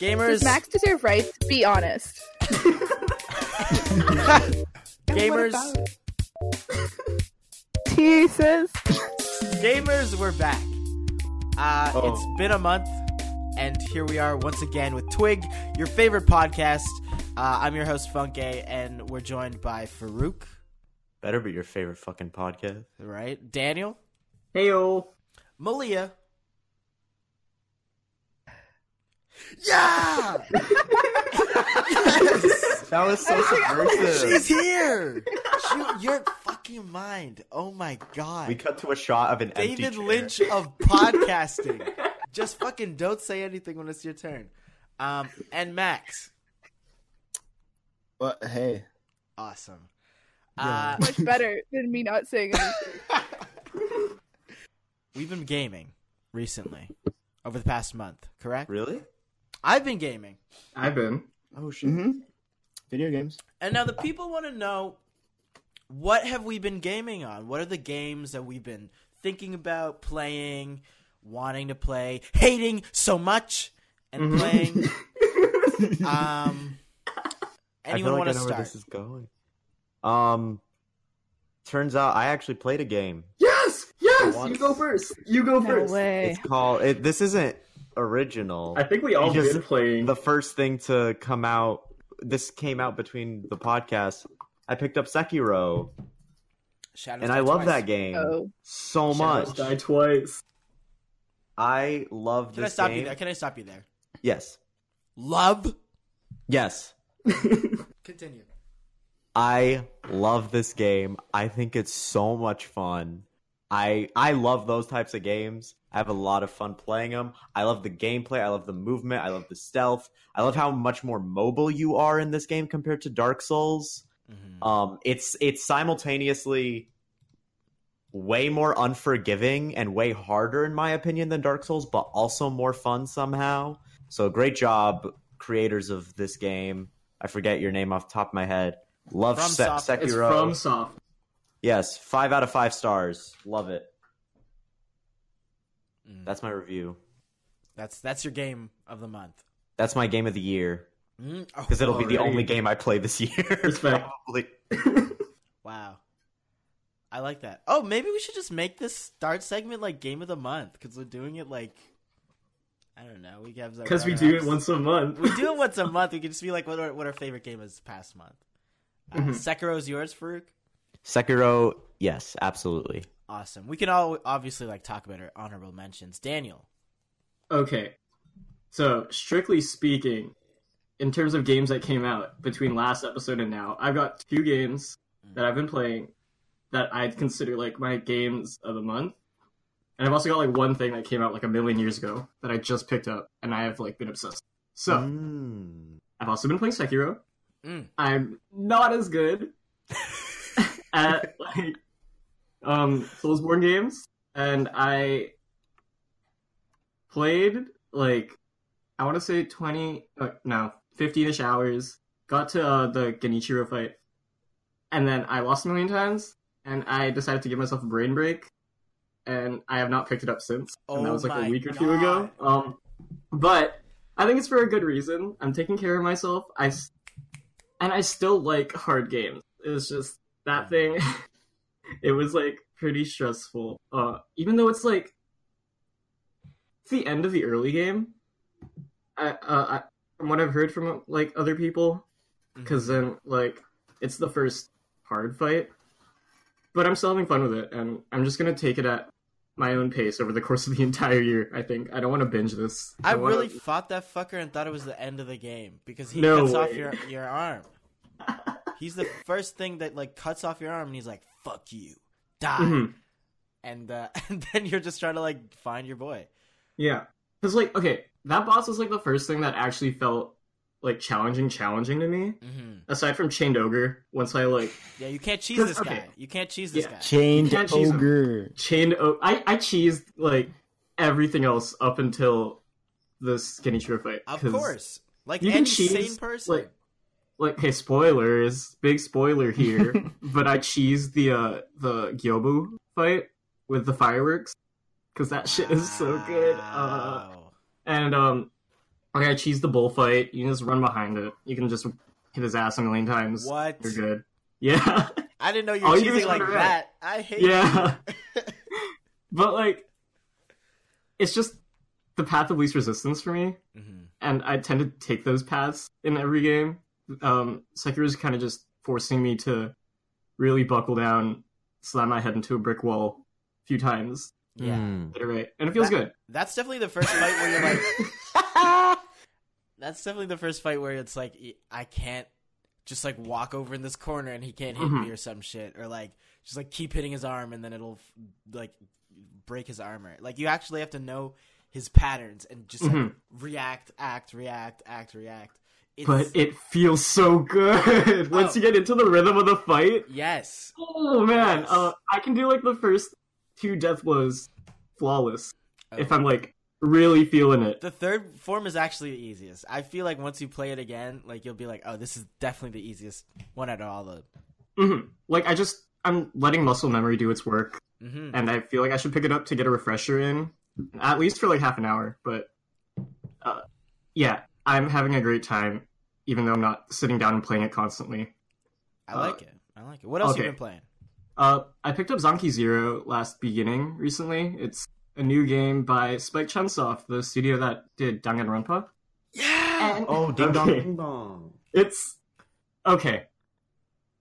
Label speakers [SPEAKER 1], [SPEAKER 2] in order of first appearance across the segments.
[SPEAKER 1] Gamers,
[SPEAKER 2] Does Max deserve rights? Be honest.
[SPEAKER 1] gamers,
[SPEAKER 2] Jesus.
[SPEAKER 1] gamers, we're back. Uh,
[SPEAKER 3] Oh.
[SPEAKER 1] It's been a month, and here we are once again with Twig, your favorite podcast. Uh, I'm your host, Funke, and we're joined by Farouk,
[SPEAKER 3] Better be your favorite fucking podcast.
[SPEAKER 1] right? Daniel,
[SPEAKER 4] Heyo.
[SPEAKER 1] Malia. Yeah!
[SPEAKER 3] That was so
[SPEAKER 1] She's
[SPEAKER 3] subversive.
[SPEAKER 1] here! Shoot your fucking mind. Oh my god.
[SPEAKER 3] We cut to a shot of an empty
[SPEAKER 1] David
[SPEAKER 3] chair.
[SPEAKER 1] Lynch of podcasting. Just fucking don't say anything when it's your turn. Um, and Max,
[SPEAKER 5] But hey,
[SPEAKER 1] awesome. Uh,
[SPEAKER 2] Much better than me not saying anything.
[SPEAKER 1] we've been gaming recently over the past month, correct?
[SPEAKER 3] Really?
[SPEAKER 1] I've been gaming,
[SPEAKER 4] I've been.
[SPEAKER 3] Oh shit.
[SPEAKER 5] mm-hmm. video games.
[SPEAKER 1] and now the people want to know what have we been gaming on? What are the games that we've been thinking about playing, wanting to play, hating so much, and
[SPEAKER 4] Mhm.
[SPEAKER 1] playing? um, anyone
[SPEAKER 3] I feel like
[SPEAKER 1] want
[SPEAKER 3] I
[SPEAKER 1] to
[SPEAKER 3] know
[SPEAKER 1] start?
[SPEAKER 3] where this is going. Um, turns out I actually played a game.
[SPEAKER 4] Yes! Yes!
[SPEAKER 3] Once.
[SPEAKER 4] You go first. You go first.
[SPEAKER 3] It's called. It, this isn't original.
[SPEAKER 4] I think we all
[SPEAKER 3] Because
[SPEAKER 4] been playing.
[SPEAKER 3] the first thing to come out. This came out between the podcasts. I picked up Sekiro,
[SPEAKER 1] Shadows
[SPEAKER 3] and I
[SPEAKER 1] Die
[SPEAKER 3] love
[SPEAKER 1] Twice.
[SPEAKER 3] that game
[SPEAKER 2] Oh.
[SPEAKER 3] so
[SPEAKER 4] Shadows
[SPEAKER 3] much.
[SPEAKER 4] Die twice.
[SPEAKER 3] I love
[SPEAKER 1] Can I
[SPEAKER 3] this
[SPEAKER 1] stop
[SPEAKER 3] game.
[SPEAKER 1] you there? Can I stop you there?
[SPEAKER 3] Yes,
[SPEAKER 1] Love.
[SPEAKER 3] yes.
[SPEAKER 1] Continue.
[SPEAKER 3] I love this game. I think it's so much fun. I I love those types of games. I have a lot of fun playing them. I love the gameplay. I love the movement. I love the stealth. I love how much more mobile you are in this game compared to Dark Souls.
[SPEAKER 1] Mm-hmm.
[SPEAKER 3] Um, it's it's simultaneously way more unforgiving and way harder in my opinion than Dark Souls, but also more fun somehow. So great job, creators of this game. I forget your name off the top of my head. Love
[SPEAKER 1] From
[SPEAKER 3] Se-
[SPEAKER 1] Soft-
[SPEAKER 3] Sekiro.
[SPEAKER 4] It's from Soft.
[SPEAKER 3] Yes, five out of five stars. Love it. That's my review.
[SPEAKER 1] That's that's your game of the month.
[SPEAKER 3] That's my game of the year
[SPEAKER 1] Mm. Oh,
[SPEAKER 3] because it'll be the
[SPEAKER 4] Alrighty.
[SPEAKER 3] only game I play this year.
[SPEAKER 4] Respect.
[SPEAKER 3] Probably.
[SPEAKER 1] wow. I like that. Oh, maybe we should just make this start segment like game of the month because we're doing it like I don't know. We have
[SPEAKER 4] Because we do it once a month.
[SPEAKER 1] we do it once a month. We can just be like what our, what our favorite game is past month. Uh,
[SPEAKER 3] Mm-hmm.
[SPEAKER 4] Mhm.
[SPEAKER 1] Sekiro's yours, Farouk.
[SPEAKER 3] Sekiro. Yes, absolutely.
[SPEAKER 1] Awesome. We can all obviously like talk about our honorable mentions. Daniel.
[SPEAKER 4] Okay. So, strictly speaking, in terms of games that came out between last episode and now, I've got two games that I've been playing that I consider like my games of the month. And I've also got like one thing that came out like a million years ago that I just picked up and I have like been obsessed. So,
[SPEAKER 3] Mm.
[SPEAKER 4] I've also been playing Sekiro.
[SPEAKER 1] Mm.
[SPEAKER 4] I'm not as good at like um Soulsborne games, and I played like I want to say twenty uh, no fifteen ish hours. Got to uh, the Genichiro fight, and then I lost a million times, and I decided to give myself a brain break, and I have not picked it up since. and
[SPEAKER 1] Oh
[SPEAKER 4] that was like
[SPEAKER 1] my
[SPEAKER 4] a week or two ago. Um, but I think it's for a good reason. I'm taking care of myself. I s- and I still like hard games. It's just that thing. it was like pretty stressful. Uh, even though it's like it's the end of the early game. I, uh, I from what I've heard from like other people,
[SPEAKER 1] Mm-hmm.
[SPEAKER 4] because then like it's the first hard fight. But I'm still having fun with it, and I'm just gonna take it at my own pace over the course of the entire year. I think I don't want to binge this.
[SPEAKER 1] I
[SPEAKER 4] wanna-
[SPEAKER 1] really fought that fucker and thought it was the end of the game because he
[SPEAKER 4] No
[SPEAKER 1] cuts off
[SPEAKER 4] way.
[SPEAKER 1] your your arm. he's the first thing that like cuts off your arm and he's like, "Fuck you, die,"
[SPEAKER 4] Mhm.
[SPEAKER 1] and uh, and then you're just trying to like find your boy.
[SPEAKER 4] Yeah. Because, like, okay, that boss was, like, the first thing that actually felt, like, challenging, challenging to me.
[SPEAKER 1] hmm
[SPEAKER 4] Aside from Chained Ogre, once I, like,
[SPEAKER 1] Yeah, you can't cheese
[SPEAKER 4] Cause-
[SPEAKER 1] this
[SPEAKER 4] okay.
[SPEAKER 1] guy. You can't cheese this
[SPEAKER 4] Yeah.
[SPEAKER 1] guy.
[SPEAKER 5] Chained
[SPEAKER 4] You can't cheese 'em.
[SPEAKER 5] ogre.
[SPEAKER 4] Chained Ogre. I, I cheesed, like, everything else up until the Skinny Trigger fight.
[SPEAKER 1] Of
[SPEAKER 4] 'cause,
[SPEAKER 1] course, like
[SPEAKER 4] you
[SPEAKER 1] any
[SPEAKER 4] can cheese,
[SPEAKER 1] sane person.
[SPEAKER 4] like- Like, okay, spoilers. Big spoiler here. but I cheesed the, uh, the Gyobu fight with the fireworks. Because that shit is so good. Uh,
[SPEAKER 1] Wow.
[SPEAKER 4] and, um, Okay, cheese the bullfight. You can just run behind it. You can just hit his ass a million times.
[SPEAKER 1] What?
[SPEAKER 4] You're good. Yeah.
[SPEAKER 1] I didn't know you
[SPEAKER 4] All
[SPEAKER 1] were
[SPEAKER 4] you do is
[SPEAKER 1] cheesing like
[SPEAKER 4] run around.
[SPEAKER 1] that. I hate
[SPEAKER 4] yeah. but like it's just the path of least resistance for me.
[SPEAKER 1] you. hmm
[SPEAKER 4] and I tend to take those paths in every game. Um, Sekiro is kind of just forcing me to really buckle down, slam my head into a brick wall a few times,
[SPEAKER 1] Yeah.
[SPEAKER 3] Mm.
[SPEAKER 4] iterate, and it feels good.
[SPEAKER 1] That's definitely the first fight where you're like, that's definitely the first fight where it's like, y- I can't just like walk over in this corner and he can't hit
[SPEAKER 4] Mhm.
[SPEAKER 1] me or some shit. Or like, just like keep hitting his arm and then it'll like break his armor. Like, you actually have to know his patterns and just like
[SPEAKER 4] Mhm.
[SPEAKER 1] react, act, react, act, react. It's,
[SPEAKER 4] but it feels so good once you get into the rhythm of the fight.
[SPEAKER 1] yes.
[SPEAKER 4] Oh man,
[SPEAKER 1] Yes.
[SPEAKER 4] uh, I can do like the first two death blows flawless if
[SPEAKER 1] Oh.
[SPEAKER 4] I'm like really feeling it.
[SPEAKER 1] The third form is actually the easiest. I feel like once you play it again, like you'll be like, oh, this is definitely the easiest one out of all the.
[SPEAKER 4] hmm Like I just I'm letting muscle memory do its work.
[SPEAKER 1] hmm
[SPEAKER 4] and I feel like I should pick it up to get a refresher in, at least for like half an hour. But uh, yeah, I'm having a great time, even though I'm not sitting down and playing it constantly.
[SPEAKER 1] I
[SPEAKER 4] Uh,
[SPEAKER 1] like it. I like it. What else
[SPEAKER 4] okay.
[SPEAKER 1] you been playing?
[SPEAKER 4] Uh, I picked up Zonky Zero last beginning recently. It's a new game by Spike Chunsoft, the studio that did Danganronpa.
[SPEAKER 1] Yeah.
[SPEAKER 4] And
[SPEAKER 3] Oh, ding dong,
[SPEAKER 4] Okay.
[SPEAKER 3] ding dong.
[SPEAKER 4] it's okay.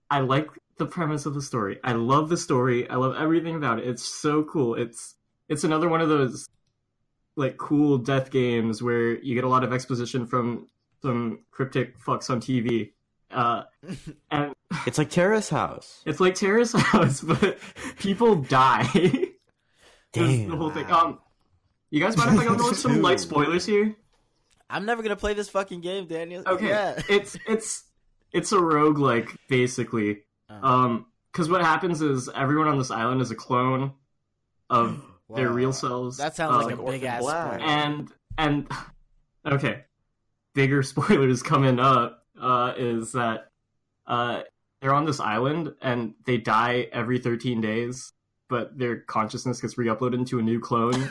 [SPEAKER 4] I like the premise of the story. I love the story. I love everything about it. It's so cool. It's it's another one of those like cool death games where you get a lot of exposition from some cryptic fucks on TV. Uh, and
[SPEAKER 3] It's like Terrace House.
[SPEAKER 4] it's like Terrace House, but people die. That's the whole thing.
[SPEAKER 1] Wow.
[SPEAKER 4] Um, you guys mind if I go into some light spoilers here?
[SPEAKER 1] I'm never gonna play this fucking game, Daniel.
[SPEAKER 4] Okay.
[SPEAKER 1] Yeah.
[SPEAKER 4] it's it's it's a roguelike basically
[SPEAKER 1] Uh,
[SPEAKER 4] um because what happens is everyone on this island is a clone of their
[SPEAKER 1] Oh. wow.
[SPEAKER 4] real selves
[SPEAKER 1] That sounds
[SPEAKER 4] uh,
[SPEAKER 1] like a
[SPEAKER 3] Orphan
[SPEAKER 1] big ass
[SPEAKER 3] Black.
[SPEAKER 1] spoiler.
[SPEAKER 4] and and okay bigger spoilers coming up uh is that uh they're on this island and they die every 13 days but their consciousness gets re-uploaded into a new clone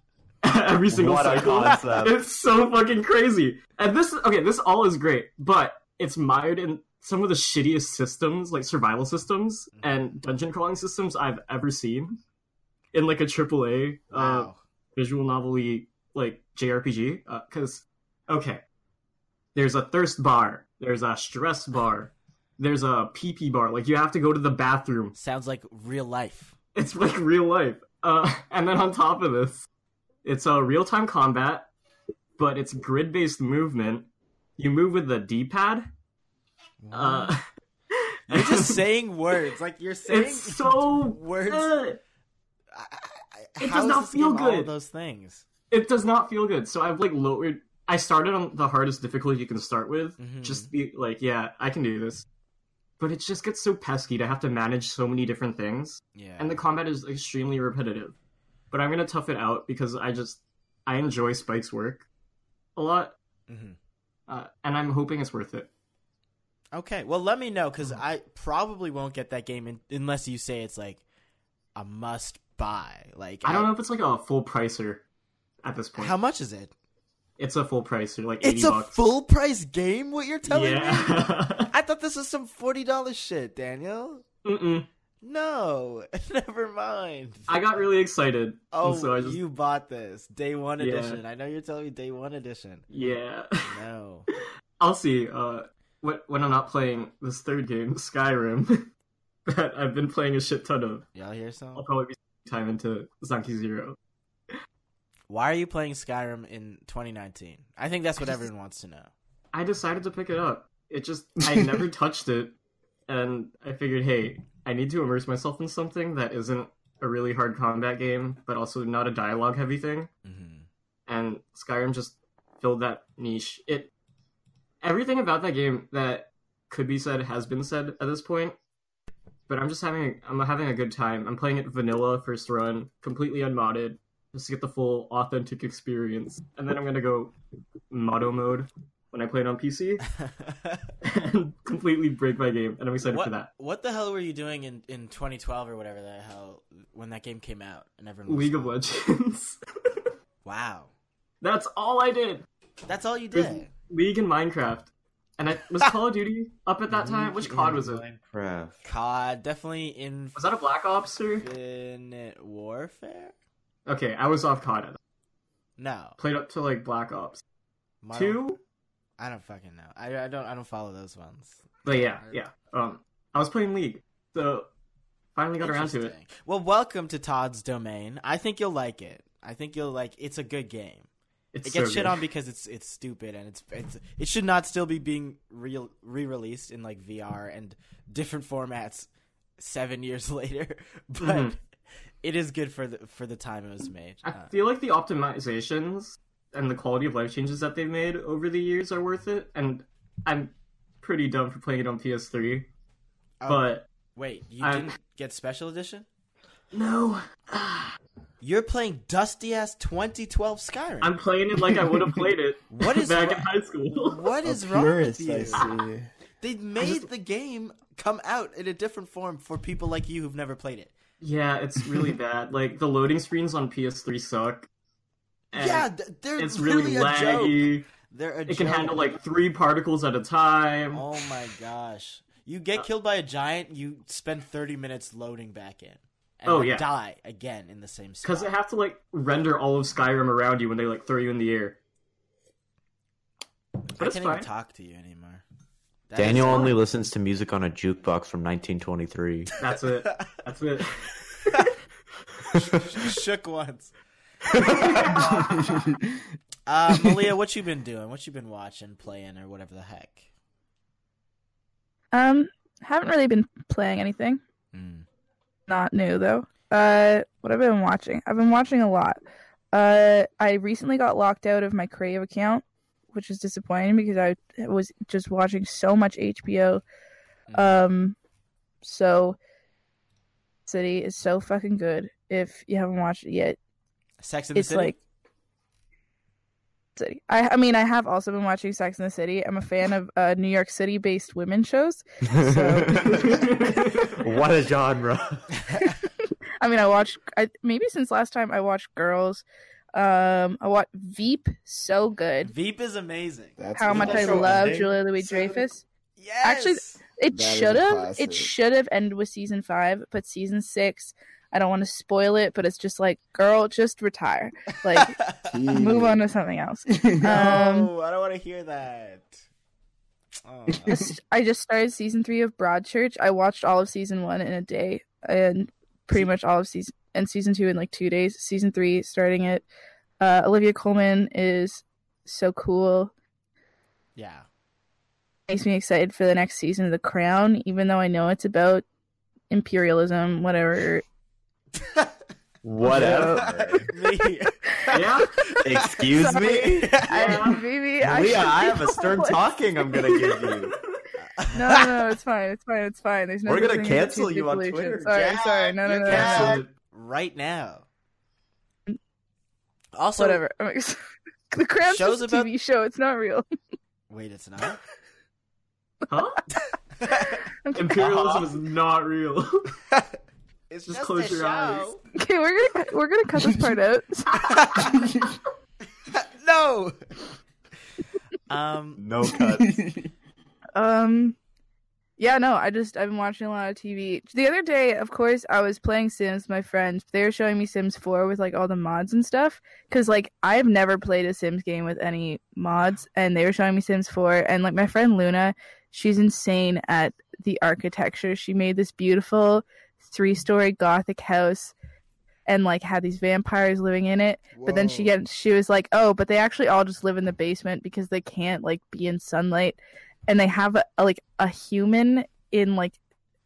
[SPEAKER 4] every single
[SPEAKER 3] What a
[SPEAKER 4] cycle
[SPEAKER 3] concept.
[SPEAKER 4] it's so fucking crazy. And this, okay, this all is great, but it's mired in some of the shittiest systems, like survival systems and dungeon crawling systems I've ever seen in like a AAA uh,
[SPEAKER 1] wow.
[SPEAKER 4] visual novelty like JRPG. Because uh, okay, there's a thirst bar, there's a stress bar, there's a PP bar. Like you have to go to the bathroom
[SPEAKER 1] Sounds like real life.
[SPEAKER 4] it's like real life. Uh, and then on top of this, it's a uh, real time combat, but it's grid based movement. You move with the D pad. Uh,
[SPEAKER 1] You're just saying words. Like you're saying
[SPEAKER 4] it's so
[SPEAKER 1] words.
[SPEAKER 4] eh,
[SPEAKER 1] I- I- I-
[SPEAKER 4] it
[SPEAKER 1] how
[SPEAKER 4] does
[SPEAKER 1] is
[SPEAKER 4] not
[SPEAKER 1] this
[SPEAKER 4] feel
[SPEAKER 1] game all of
[SPEAKER 4] good.
[SPEAKER 1] those things.
[SPEAKER 4] it does not feel good. So I've like lowered. I started on the hardest difficulty you can start with.
[SPEAKER 1] Mhm.
[SPEAKER 4] Just to be like, yeah, I can do this. But it just gets so pesky to have to manage so many different things.
[SPEAKER 1] Yeah.
[SPEAKER 4] and the combat is extremely repetitive. But I'm gonna tough it out because I just I enjoy Spike's work a lot,
[SPEAKER 1] Mhm.
[SPEAKER 4] uh, and I'm hoping it's worth it.
[SPEAKER 1] Okay, well, let me know because I probably won't get that game in, unless you say it's like a must buy. Like,
[SPEAKER 4] I don't know if it's like a full pricer at this point.
[SPEAKER 1] how much is it.
[SPEAKER 4] It's a full pricer, like eighty
[SPEAKER 1] It's a
[SPEAKER 4] bucks.
[SPEAKER 1] full price game. What you're telling me?
[SPEAKER 4] yeah.
[SPEAKER 1] I thought this was some forty dollars shit, Daniel.
[SPEAKER 4] Mm-mm.
[SPEAKER 1] No, never mind.
[SPEAKER 4] I got really excited.
[SPEAKER 1] oh,
[SPEAKER 4] and so I just
[SPEAKER 1] you bought this day one
[SPEAKER 4] Yeah.
[SPEAKER 1] edition. I know you're telling me day one edition.
[SPEAKER 4] yeah.
[SPEAKER 1] No,
[SPEAKER 4] I'll see. Uh, what when I'm not playing this third game, Skyrim, that I've been playing a shit ton of.
[SPEAKER 1] y'all hear
[SPEAKER 4] I'll
[SPEAKER 1] something?
[SPEAKER 4] probably be time into Zanki Zero.
[SPEAKER 1] Why are you playing Skyrim in 2019? I think that's what
[SPEAKER 4] I just-
[SPEAKER 1] everyone wants to know.
[SPEAKER 4] I decided to pick it up. It just I never touched it, and I figured, hey, I need to immerse myself in something that isn't a really hard combat game, but also not a dialogue heavy thing.
[SPEAKER 1] hmm
[SPEAKER 4] Mm-hmm. And Skyrim just filled that niche. It everything about that game that could be said has been said at this point. But I'm just having I'm having a good time. I'm playing it vanilla first run, completely unmodded, just to get the full authentic experience. And then I'm gonna go motto mode when I play it on PC and completely break my game, and I'm excited
[SPEAKER 1] what,
[SPEAKER 4] for that.
[SPEAKER 1] What the hell were you doing in, in 2012 or whatever the hell when that game came out and everyone was
[SPEAKER 4] League of Legends.
[SPEAKER 1] Wow.
[SPEAKER 4] That's all I did.
[SPEAKER 1] That's all you
[SPEAKER 4] There's
[SPEAKER 1] did.
[SPEAKER 4] League and Minecraft. And it was Call of Duty up at that time. Which COD was it?
[SPEAKER 3] Minecraft.
[SPEAKER 1] Mm-hmm. COD definitely in
[SPEAKER 4] Was that a Black Ops or?
[SPEAKER 1] Infinite Warfare?
[SPEAKER 4] Okay, I was off COD. I
[SPEAKER 1] No.
[SPEAKER 4] played up to like Black Ops
[SPEAKER 1] Modern-
[SPEAKER 4] two,
[SPEAKER 1] I don't fucking know. I, I don't I don't follow those ones.
[SPEAKER 4] but yeah, yeah. Um, I was playing League, so finally got around to it.
[SPEAKER 1] Interesting. Well, welcome to Todd's domain. I think you'll like it. I think you'll like it's a good game.
[SPEAKER 4] It's
[SPEAKER 1] it gets
[SPEAKER 4] so
[SPEAKER 1] shit
[SPEAKER 4] good.
[SPEAKER 1] on because it's it's stupid and it's it's it should not still be being re released in like VR and different formats 7 years later, but
[SPEAKER 4] Mhm.
[SPEAKER 1] it is good for the for the time it was made.
[SPEAKER 4] I
[SPEAKER 1] Uh,
[SPEAKER 4] feel like the optimizations and the quality of life changes that they've made over the years are worth it, and I'm pretty dumb for playing it on PS3.
[SPEAKER 1] oh,
[SPEAKER 4] But
[SPEAKER 1] wait, you
[SPEAKER 4] I-
[SPEAKER 1] didn't get special edition?
[SPEAKER 4] no,
[SPEAKER 1] You're playing dusty ass 2012 Skyrim.
[SPEAKER 4] I'm playing it like I would have played it
[SPEAKER 1] What is
[SPEAKER 4] back
[SPEAKER 1] wrong-
[SPEAKER 4] in high school.
[SPEAKER 1] what is
[SPEAKER 5] A
[SPEAKER 1] wrong
[SPEAKER 5] purist,
[SPEAKER 1] with you?
[SPEAKER 5] I see.
[SPEAKER 1] They made the game come out in a different form for people like you who've never played it.
[SPEAKER 4] yeah, it's really bad. Like the loading screens on PS3 suck. And
[SPEAKER 1] yeah, th- they're
[SPEAKER 4] it's
[SPEAKER 1] really,
[SPEAKER 4] really
[SPEAKER 1] a joke.
[SPEAKER 4] laggy.
[SPEAKER 1] They're a
[SPEAKER 4] It can
[SPEAKER 1] joke.
[SPEAKER 4] handle like three particles at a time.
[SPEAKER 1] Oh my gosh! You
[SPEAKER 4] Uh,
[SPEAKER 1] get killed by a giant, you spend thirty minutes loading back in, and
[SPEAKER 4] Oh,
[SPEAKER 1] then
[SPEAKER 4] yeah.
[SPEAKER 1] die again in the same spot.
[SPEAKER 4] Because they have to like render all of Skyrim around you when they like throw you in the air.
[SPEAKER 1] I
[SPEAKER 4] But it's
[SPEAKER 1] can't
[SPEAKER 4] fine.
[SPEAKER 1] even talk to you anymore. That is-
[SPEAKER 3] Daniel only listens to music on a jukebox from 1923.
[SPEAKER 4] That's it. That's it.
[SPEAKER 1] shook once. uh, Malia, what you been doing? What you been watching, playing, or whatever the heck?
[SPEAKER 2] Um, haven't really been playing anything.
[SPEAKER 1] Mm.
[SPEAKER 2] Not new though. Uh, what I've been watching, I've been watching a lot. Uh, I recently got locked out of my Crave account, which is disappointing because I was just watching so much HBO.
[SPEAKER 3] Mm.
[SPEAKER 2] Um, so City is so fucking good. If you haven't watched it yet,
[SPEAKER 1] Sex in the
[SPEAKER 2] it's
[SPEAKER 1] City.
[SPEAKER 2] like City. I, I mean, I have also been watching Sex in the City. I'm a fan of uh, New York City based women shows.
[SPEAKER 3] what a genre.
[SPEAKER 2] I mean, I watched I, maybe since last time I watched Girls. Um, I watched Veep, so good.
[SPEAKER 1] Veep is amazing.
[SPEAKER 5] That's
[SPEAKER 2] How
[SPEAKER 5] a
[SPEAKER 2] much I
[SPEAKER 5] special
[SPEAKER 2] love
[SPEAKER 5] ending.
[SPEAKER 2] Julia Louis
[SPEAKER 5] So-
[SPEAKER 2] Dreyfus.
[SPEAKER 1] Yes.
[SPEAKER 2] Actually, It
[SPEAKER 5] That is a
[SPEAKER 2] should have
[SPEAKER 5] classic.
[SPEAKER 2] it should have ended with season five, but season six. I don't want to spoil it, but it's just like, girl, just retire. Like, move on to something else. Um,
[SPEAKER 1] no, I don't want to hear that. Oh,
[SPEAKER 2] just- I just started season three of Broadchurch. I watched all of season one in a day, and pretty much all of season and season two in like two days. Season three starting it. Uh, Olivia Coleman is so cool.
[SPEAKER 1] yeah.
[SPEAKER 2] Makes me excited for the next season of The Crown, even though I know it's about imperialism, whatever.
[SPEAKER 3] Whatever.
[SPEAKER 1] Me.
[SPEAKER 4] yeah.
[SPEAKER 3] Excuse me?
[SPEAKER 2] I, maybe I
[SPEAKER 3] Leah,
[SPEAKER 2] should
[SPEAKER 3] I
[SPEAKER 2] be
[SPEAKER 3] have a stern
[SPEAKER 2] the one-
[SPEAKER 3] talking I'm going to give you.
[SPEAKER 2] No, no, no, it's fine, it's fine, it's fine. There's no.
[SPEAKER 3] We're
[SPEAKER 2] such
[SPEAKER 3] gonna
[SPEAKER 2] thing as
[SPEAKER 3] cancel you on
[SPEAKER 2] articulation.
[SPEAKER 3] Twitter.
[SPEAKER 2] Sorry,
[SPEAKER 1] Yeah,
[SPEAKER 2] sorry, no, no,
[SPEAKER 1] you're
[SPEAKER 2] no, no, no.
[SPEAKER 1] canceled.
[SPEAKER 4] Absolute-
[SPEAKER 1] right now. Also,
[SPEAKER 2] Whatever. the Crown's
[SPEAKER 1] Shows
[SPEAKER 2] just a
[SPEAKER 1] about-
[SPEAKER 2] TV show. It's not real.
[SPEAKER 1] Wait, it's not.
[SPEAKER 4] Huh?
[SPEAKER 2] I'm kidding.
[SPEAKER 4] Imperialism is not real.
[SPEAKER 1] it's
[SPEAKER 4] Just close your eyes.
[SPEAKER 2] Okay, we're gonna we're gonna cut this part out.
[SPEAKER 1] no. Um.
[SPEAKER 3] No cut.
[SPEAKER 2] Um, yeah, no, I just I've been watching a lot of TV. The other day, of course, I was playing Sims. with My friends they were showing me Sims Four with like all the mods and stuff. Cause like I've never played a Sims game with any mods, and they were showing me Sims Four. And like my friend Luna, she's insane at the architecture. She made this beautiful three story gothic house. And like had these vampires living in it, but then she get she was like, oh, but they actually all just live in the basement because they can't like be in sunlight, and they have a, a- like a human in like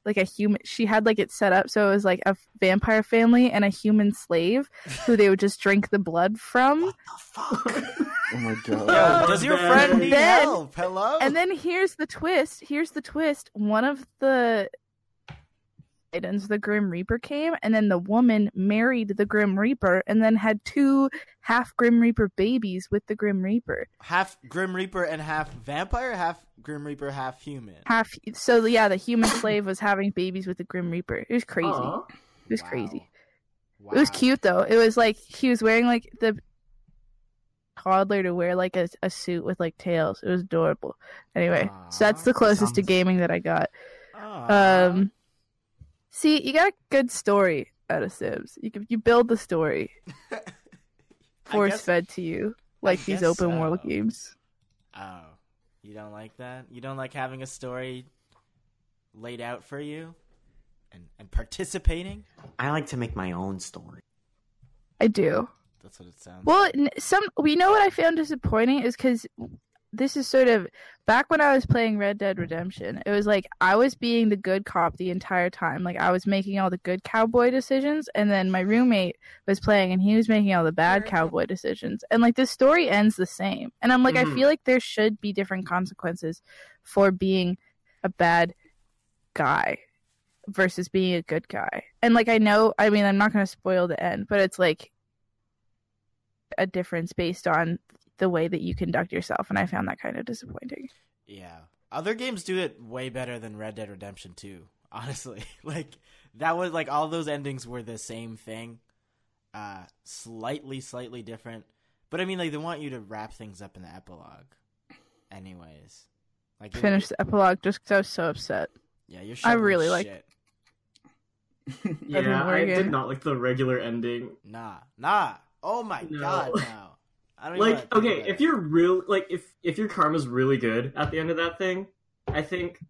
[SPEAKER 2] like a human. She had like it set up so it was like a vampire family and a human slave who they would just drink the blood from.
[SPEAKER 5] Oh my god.
[SPEAKER 1] Yo, does your
[SPEAKER 4] Then-
[SPEAKER 1] friend need
[SPEAKER 2] Then-
[SPEAKER 1] help? Hello.
[SPEAKER 2] And then here's the twist. Here's the twist. One of the maidens, the Grim Reaper, came, and then the woman married the Grim Reaper, and then had two half Grim Reaper babies with the Grim Reaper.
[SPEAKER 1] half Grim Reaper and half vampire, half Grim Reaper, half human.
[SPEAKER 2] Half. So yeah, the human slave was having babies with the Grim Reaper. It was crazy.
[SPEAKER 4] Aw.
[SPEAKER 2] It was
[SPEAKER 1] Wow.
[SPEAKER 2] crazy.
[SPEAKER 1] Wow.
[SPEAKER 2] It was cute though. It was like he was wearing like the toddler to wear like a, a suit with like tails. It was adorable. Anyway, so that's
[SPEAKER 1] Aw,
[SPEAKER 2] the closest to
[SPEAKER 3] sounds-
[SPEAKER 2] gaming that I got.
[SPEAKER 1] Aw.
[SPEAKER 2] Um, see, you got a good story out of Sims. You can, you build the story,
[SPEAKER 1] I
[SPEAKER 2] force
[SPEAKER 1] guess-
[SPEAKER 2] fed to you, like these
[SPEAKER 1] guess
[SPEAKER 2] open world
[SPEAKER 1] so.
[SPEAKER 2] games.
[SPEAKER 1] Oh, you don't like that? You don't like having a story laid out for you and and participating?
[SPEAKER 3] I like to make my own story.
[SPEAKER 2] I do.
[SPEAKER 1] That's what it sounds.
[SPEAKER 2] Well, n- some we know what I found disappointing is because this is sort of back when I was playing Red Dead Redemption. It was like I was being the good cop the entire time. Like I was making all the good cowboy decisions, and then my roommate was playing, and he was making all the bad cowboy decisions. And like the story ends the same. And I'm like, I
[SPEAKER 4] Mhm.
[SPEAKER 2] feel like there should be different consequences for being a bad guy versus being a good guy. And like I know, I mean, I'm not going to spoil the end, but it's like a difference based on the way that you conduct yourself and I found that kind of disappointing.
[SPEAKER 1] Yeah. Other games do it way better than Red Dead Redemption 2, honestly. like that was like all those endings were the same thing. Uh slightly slightly different. But I mean like they want you to wrap things up in the epilogue. Anyways. Like it-
[SPEAKER 2] Finish the epilogue just 'cause I was so upset.
[SPEAKER 1] Yeah, you're
[SPEAKER 2] I
[SPEAKER 1] shoveling
[SPEAKER 2] really like-
[SPEAKER 1] shit.
[SPEAKER 4] Yeah, I
[SPEAKER 2] Morgan.
[SPEAKER 4] did not like the regular ending.
[SPEAKER 1] Nah. Nah. Oh my
[SPEAKER 4] No.
[SPEAKER 1] god, no. I don't even wanna
[SPEAKER 4] Like,
[SPEAKER 1] think
[SPEAKER 4] okay,
[SPEAKER 1] about
[SPEAKER 4] if
[SPEAKER 1] it.
[SPEAKER 4] you're real, like, if if your karma's really good at the end of that thing, I think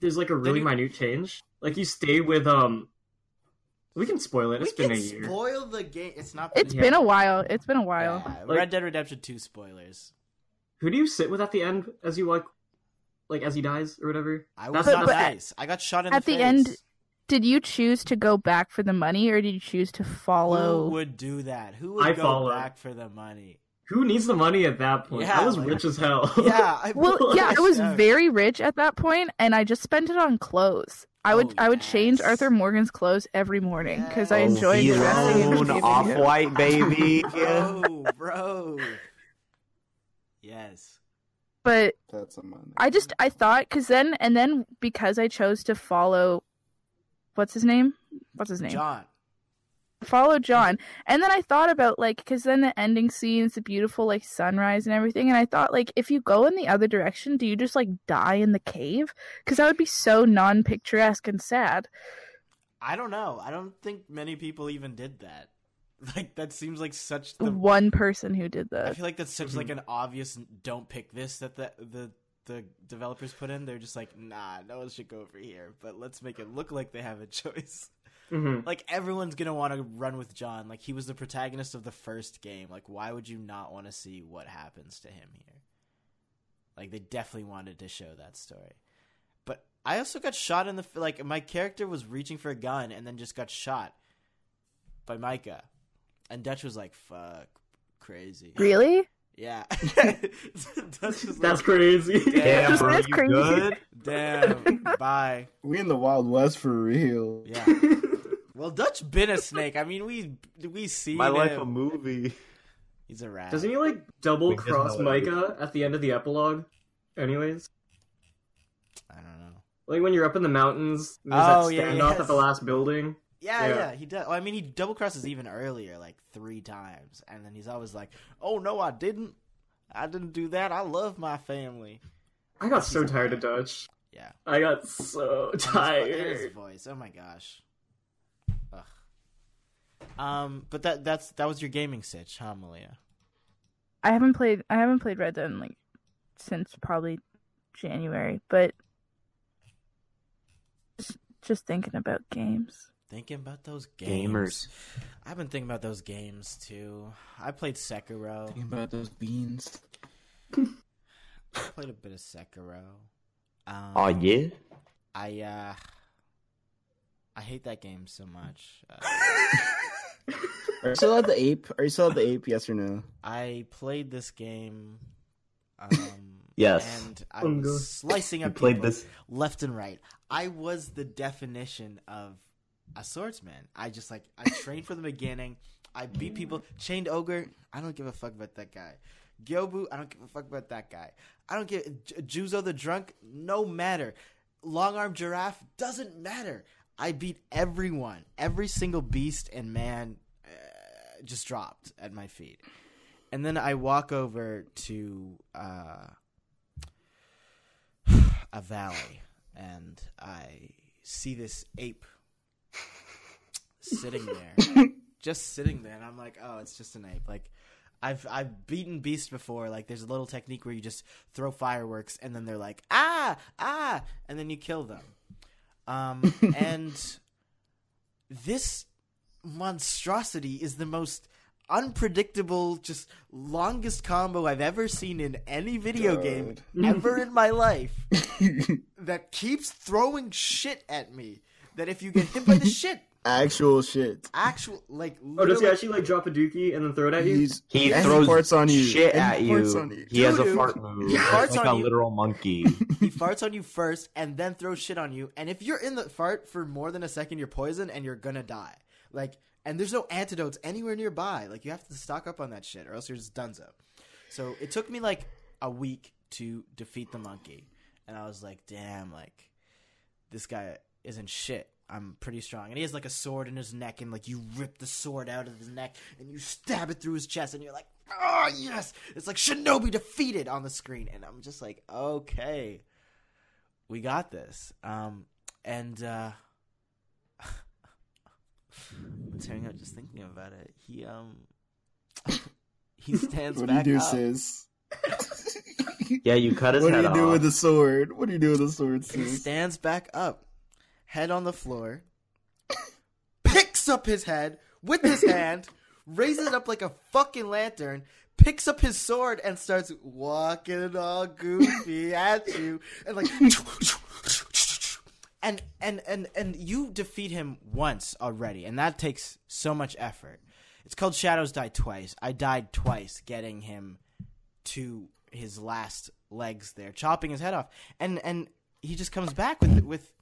[SPEAKER 4] there's like a really
[SPEAKER 1] you-
[SPEAKER 4] minute change. Like, you stay with um. We can spoil it.
[SPEAKER 1] we
[SPEAKER 4] It's been
[SPEAKER 1] can
[SPEAKER 4] a year.
[SPEAKER 1] spoil the game. It's not
[SPEAKER 2] It's
[SPEAKER 4] Yeah.
[SPEAKER 2] been a while. It's been a while.
[SPEAKER 1] yeah,
[SPEAKER 4] Like-
[SPEAKER 1] Red Dead Redemption 2 spoilers.
[SPEAKER 4] Who do you sit with at the end as you like, like as he dies or whatever?
[SPEAKER 1] I was
[SPEAKER 4] That's
[SPEAKER 1] not
[SPEAKER 2] not- but-
[SPEAKER 1] nice. I got shot in
[SPEAKER 2] at
[SPEAKER 1] the
[SPEAKER 2] the
[SPEAKER 1] face.
[SPEAKER 2] end, Did you choose to go back for the money or did you choose to
[SPEAKER 1] Who
[SPEAKER 2] follow?
[SPEAKER 1] would do that? Who would
[SPEAKER 4] I
[SPEAKER 1] go
[SPEAKER 4] follow.
[SPEAKER 1] back for the money?
[SPEAKER 4] Who needs the money at that point?
[SPEAKER 1] Yeah,
[SPEAKER 4] I was
[SPEAKER 1] like-
[SPEAKER 4] rich as hell.
[SPEAKER 1] Yeah. I,
[SPEAKER 2] Well, yeah, I was
[SPEAKER 1] Yeah.
[SPEAKER 2] very rich at that point and I just spent it on clothes. I would
[SPEAKER 1] Oh,
[SPEAKER 2] I would change
[SPEAKER 1] yes.
[SPEAKER 2] Arthur Morgan's clothes every morning cuz I
[SPEAKER 1] Yes.
[SPEAKER 2] enjoyed
[SPEAKER 1] Oh,
[SPEAKER 2] dressing
[SPEAKER 1] alone,
[SPEAKER 2] and relieving
[SPEAKER 3] off
[SPEAKER 2] him.
[SPEAKER 3] white baby.
[SPEAKER 1] Bro, bro. Yes.
[SPEAKER 2] But
[SPEAKER 5] That's a money.
[SPEAKER 2] I just I thought cuz then and then because I chose to follow what's his name? What's his name?
[SPEAKER 1] John.
[SPEAKER 2] follow John. And then I thought about like cuz then the ending scene is the beautiful like sunrise and everything and I thought like if you go in the other direction do you just like die in the cave? Cuz that would be so non-picturesque and sad.
[SPEAKER 1] I don't know. I don't think many people even did that. Like that seems like such the
[SPEAKER 2] One person who did
[SPEAKER 1] I
[SPEAKER 2] that.
[SPEAKER 1] feel like that's such
[SPEAKER 4] Mhm.
[SPEAKER 1] like an obvious don't pick this that the the the developers put in. They're just like, "Nah, no one should go over here, but let's make it look like they have a choice."
[SPEAKER 4] hmm
[SPEAKER 1] like everyone's gonna want to run with John. Like he was the protagonist of the first game. Like why would you not want to see what happens to him here? Like they definitely wanted to show that story. But I also got shot in the f- like my character was reaching for a gun and then just got shot by Micah, and Dutch was like, "Fuck, crazy."
[SPEAKER 2] Really?
[SPEAKER 1] Yeah, Dutch was
[SPEAKER 4] That's
[SPEAKER 1] like,
[SPEAKER 4] crazy.
[SPEAKER 1] Damn,
[SPEAKER 2] Just- bro, that's you crazy. good?
[SPEAKER 1] "Damn, bye."
[SPEAKER 5] we in the Wild West for real.
[SPEAKER 1] Yeah. Well, Dutch been a snake. I mean, we we see
[SPEAKER 3] My life
[SPEAKER 1] him.
[SPEAKER 3] a movie.
[SPEAKER 1] He's a rat.
[SPEAKER 4] Doesn't he like double
[SPEAKER 3] We just
[SPEAKER 4] cross
[SPEAKER 3] know it.
[SPEAKER 4] Micah at the end of the epilogue? Anyways,
[SPEAKER 1] I don't know.
[SPEAKER 4] like when you're up in the mountains, and there's
[SPEAKER 1] Oh,
[SPEAKER 4] that
[SPEAKER 1] yeah,
[SPEAKER 4] standoff
[SPEAKER 1] yes.
[SPEAKER 4] at the last building.
[SPEAKER 1] Yeah, yeah,
[SPEAKER 4] Yeah.
[SPEAKER 1] he does. Well, I mean, he double crosses even earlier, like three times, and then he's always like, "Oh no, I didn't. I didn't do that. I love my family."
[SPEAKER 4] I got so tired of Dutch.
[SPEAKER 1] Yeah.
[SPEAKER 4] I got so
[SPEAKER 1] And his vo- and His,
[SPEAKER 4] tired.
[SPEAKER 1] voice. Oh my gosh. Ugh. Um, but that that's that was your gaming sitch, huh, Malia?
[SPEAKER 2] I haven't played I haven't played Red Dead in, like since probably January, but just- just thinking about games.
[SPEAKER 1] Thinking about those games. I've been thinking about those games too. I played Sekiro.
[SPEAKER 5] Thinking about those beans.
[SPEAKER 1] I played a bit of Sekiro. Um,
[SPEAKER 3] Oh yeah.
[SPEAKER 1] I uh, I hate that game so much. Uh,
[SPEAKER 5] Are you still at the ape? Are you still at the ape? Yes or no?
[SPEAKER 1] I played this game. Um,
[SPEAKER 3] Yes.
[SPEAKER 1] And I
[SPEAKER 4] Oh, God.
[SPEAKER 1] was slicing
[SPEAKER 3] You
[SPEAKER 1] up
[SPEAKER 3] played
[SPEAKER 1] people
[SPEAKER 3] this.
[SPEAKER 1] left and right. I was the definition of a swordsman. I just like I trained from the beginning. I beat people. Chained ogre. I don't give a fuck about that guy. Gyobu. I don't give a fuck about that guy. I don't give J- Juzo the drunk. No matter. Long arm giraffe doesn't matter. I beat everyone. Every single beast and man uh, just dropped at my feet and then I walk over to uh, a valley, and I see this ape sitting there, just sitting there, and I'm like, oh, it's just an ape. Like, I've I've beaten beast before. Like, there's a little technique where you just throw fireworks, and then they're like, ah, ah, and then you kill them. Um, and this monstrosity is the most unpredictable, just longest combo I've ever seen in any video game ever in my life that keeps throwing shit at me. That if you get hit by the shit,
[SPEAKER 5] Actual shit.
[SPEAKER 1] actual like
[SPEAKER 4] Oh, does
[SPEAKER 1] literally-
[SPEAKER 4] he actually like drop a dookie and then throw it at you?
[SPEAKER 5] He's,
[SPEAKER 3] He
[SPEAKER 5] and
[SPEAKER 3] throws
[SPEAKER 5] farts on you.
[SPEAKER 3] shit
[SPEAKER 5] And
[SPEAKER 3] at
[SPEAKER 5] he
[SPEAKER 3] you.
[SPEAKER 5] farts on you.
[SPEAKER 3] He has a
[SPEAKER 1] Dude,
[SPEAKER 3] fart move.
[SPEAKER 1] he
[SPEAKER 3] It's
[SPEAKER 1] farts on
[SPEAKER 3] like a
[SPEAKER 1] you.
[SPEAKER 3] literal monkey.
[SPEAKER 1] he farts on you first and then throws shit on you. And if you're in the fart for more than a second, you're poisoned and you're gonna die. Like, and there's no antidotes anywhere nearby. Like, you have to stock up on that shit or else you're just dunzo. So it took me like a week to defeat the monkey. And I was like, damn, like, this guy isn't shit. I'm pretty strong. And he has like a sword in his neck, and like you rip the sword out of his neck and you stab it through his chest, and you're like, oh, yes! It's like Shinobi defeated on the screen. And I'm just like, okay, we got this. Um, and, uh, I'm tearing up just thinking about it. He, um, he stands
[SPEAKER 5] What do you
[SPEAKER 1] back
[SPEAKER 5] do,
[SPEAKER 1] up.
[SPEAKER 5] sis?
[SPEAKER 3] Yeah, you cut his
[SPEAKER 5] What do
[SPEAKER 3] head
[SPEAKER 5] you do
[SPEAKER 3] off.
[SPEAKER 5] with the sword? What do you do with the sword,
[SPEAKER 1] He
[SPEAKER 5] sis?
[SPEAKER 1] stands back up, head on the floor, picks up his head with his hand, raises it up like a fucking lantern, picks up his sword, and starts walking all goofy at you, and like. And, and and and you defeat him once already, and that takes so much effort. It's called Shadows Die Twice. I died twice getting him to his last legs there, chopping his head off, and and he just comes back with with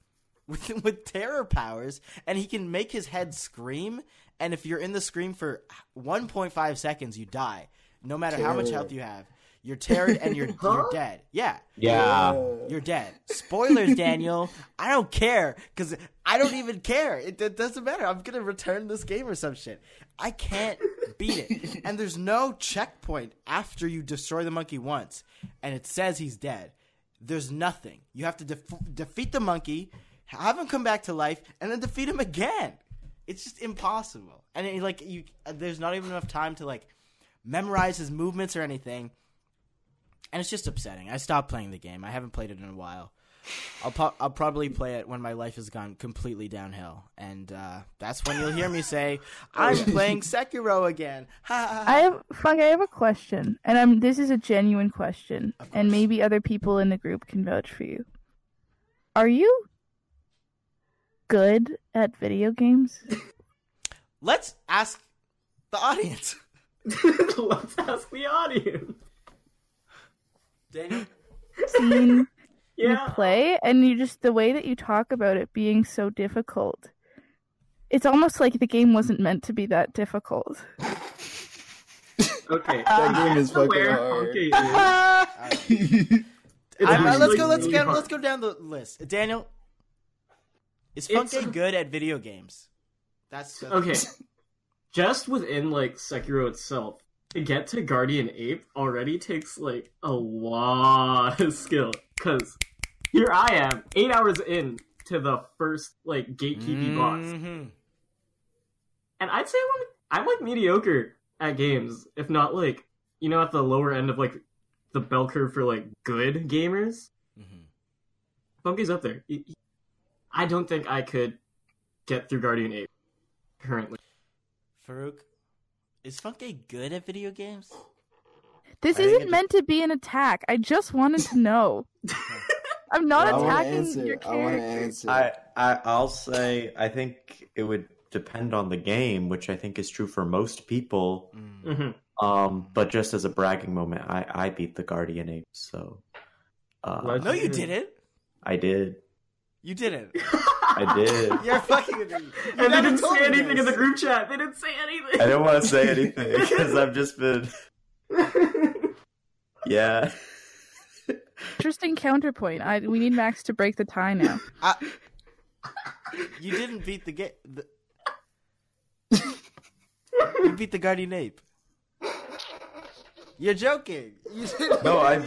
[SPEAKER 1] with, with terror powers, and he can make his head scream. And if you're in the scream for 1.5 seconds, you die, no matter how much
[SPEAKER 5] Terror.
[SPEAKER 1] health you have. You're terrored and you're you're dead. Yeah,
[SPEAKER 3] Yeah.
[SPEAKER 1] you're dead. Spoilers, Daniel. I don't care because I don't even care. It, it doesn't matter. I'm gonna return this game or some shit. I can't beat it. And there's no checkpoint after you destroy the monkey once, and it says he's dead. There's nothing. You have to def- defeat the monkey, have him come back to life, and then defeat him again. It's just impossible. And it, like you, there's not even enough time to like memorize his movements or anything and it's just upsetting. I stopped playing the game. I haven't played it in a while. I'll po- I'll probably play it when my life has gone completely downhill, and uh, that's when you'll hear me say, "I'm playing Sekiro again." Ha, ha, ha.
[SPEAKER 2] I have fuck. I have a question, and I'm. This is a genuine question,
[SPEAKER 1] Of
[SPEAKER 2] and
[SPEAKER 1] course.
[SPEAKER 2] maybe other people in the group can vouch for you. Are you good at video games?
[SPEAKER 1] Let's ask the audience.
[SPEAKER 4] Let's ask the audience.
[SPEAKER 1] Daniel,
[SPEAKER 2] Seen
[SPEAKER 4] Yeah.
[SPEAKER 2] you play, and you just the way that you talk about it being so difficult. It's almost like the game wasn't meant to be that difficult.
[SPEAKER 4] Okay.
[SPEAKER 5] That game is fucking
[SPEAKER 4] Where
[SPEAKER 5] hard.
[SPEAKER 4] Honkai is. It's
[SPEAKER 1] I- I- uh, let's
[SPEAKER 4] actually
[SPEAKER 1] go. Let's
[SPEAKER 4] really
[SPEAKER 1] go.
[SPEAKER 4] hard.
[SPEAKER 1] Let's go down the list. Daniel, is
[SPEAKER 4] It's-
[SPEAKER 1] Funke good at video games? That's, that's
[SPEAKER 4] Okay. Just within like Sekiro itself, to get to Guardian Ape already takes like a lot of skill. Cause here I am, eight hours in to the first like gatekeeping boss,
[SPEAKER 1] Mhm.
[SPEAKER 4] and I'd say I'm, I'm like mediocre at games, if not like you know at the lower end of like the bell curve for like good gamers.
[SPEAKER 1] Mhm.
[SPEAKER 4] Funky's up there. He- he- I don't think I could get through Guardian Ape currently.
[SPEAKER 1] Farouk, is Funke good at video games?
[SPEAKER 2] This
[SPEAKER 1] I think
[SPEAKER 2] isn't
[SPEAKER 1] it-
[SPEAKER 2] meant to be an attack. I just wanted to know. I'm not
[SPEAKER 5] I want to
[SPEAKER 2] attacking your
[SPEAKER 5] answer. I want to
[SPEAKER 2] character.
[SPEAKER 5] answer.
[SPEAKER 3] I, I I'll say I think it would depend on the game, which I think is true for most people.
[SPEAKER 1] Mm.
[SPEAKER 4] hmm
[SPEAKER 3] Um, but just as a bragging moment, I I beat the Guardian Ape, so uh,
[SPEAKER 4] Legend.
[SPEAKER 1] No, you didn't.
[SPEAKER 3] I did.
[SPEAKER 1] You didn't.
[SPEAKER 3] I did.
[SPEAKER 1] You're fucking with me. You
[SPEAKER 4] And they
[SPEAKER 1] never
[SPEAKER 4] didn't
[SPEAKER 1] told
[SPEAKER 4] say
[SPEAKER 1] me
[SPEAKER 4] anything
[SPEAKER 1] this.
[SPEAKER 4] in the group chat. They didn't say anything.
[SPEAKER 3] I don't want to say anything because I've just been yeah.
[SPEAKER 2] Interesting counterpoint. I, we need Max to break the tie now.
[SPEAKER 1] You didn't beat the game. The... you beat the guardian ape. You're joking. You didn't-
[SPEAKER 3] No, I-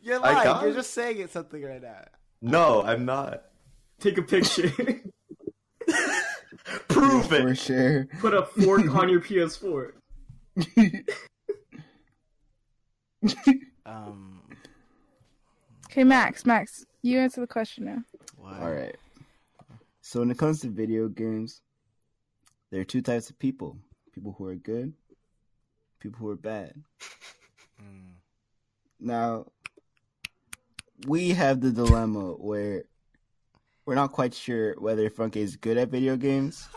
[SPEAKER 1] You're
[SPEAKER 3] I
[SPEAKER 1] lying.
[SPEAKER 3] got
[SPEAKER 1] You're
[SPEAKER 3] it.
[SPEAKER 1] just saying it something right now.
[SPEAKER 3] No, I'm not.
[SPEAKER 4] Take a picture.
[SPEAKER 3] Prove
[SPEAKER 5] for
[SPEAKER 3] it.
[SPEAKER 5] sure.
[SPEAKER 4] Put a fork on your PS4.
[SPEAKER 1] Um.
[SPEAKER 2] Okay, Max, Max, you answer the question now.
[SPEAKER 1] Wow.
[SPEAKER 5] All right. So when it comes to video games, there are two types of people: people who are good, people who are bad. Hmm.
[SPEAKER 1] Mm.
[SPEAKER 5] Now, we have the dilemma where we're not quite sure whether Funke is good at video games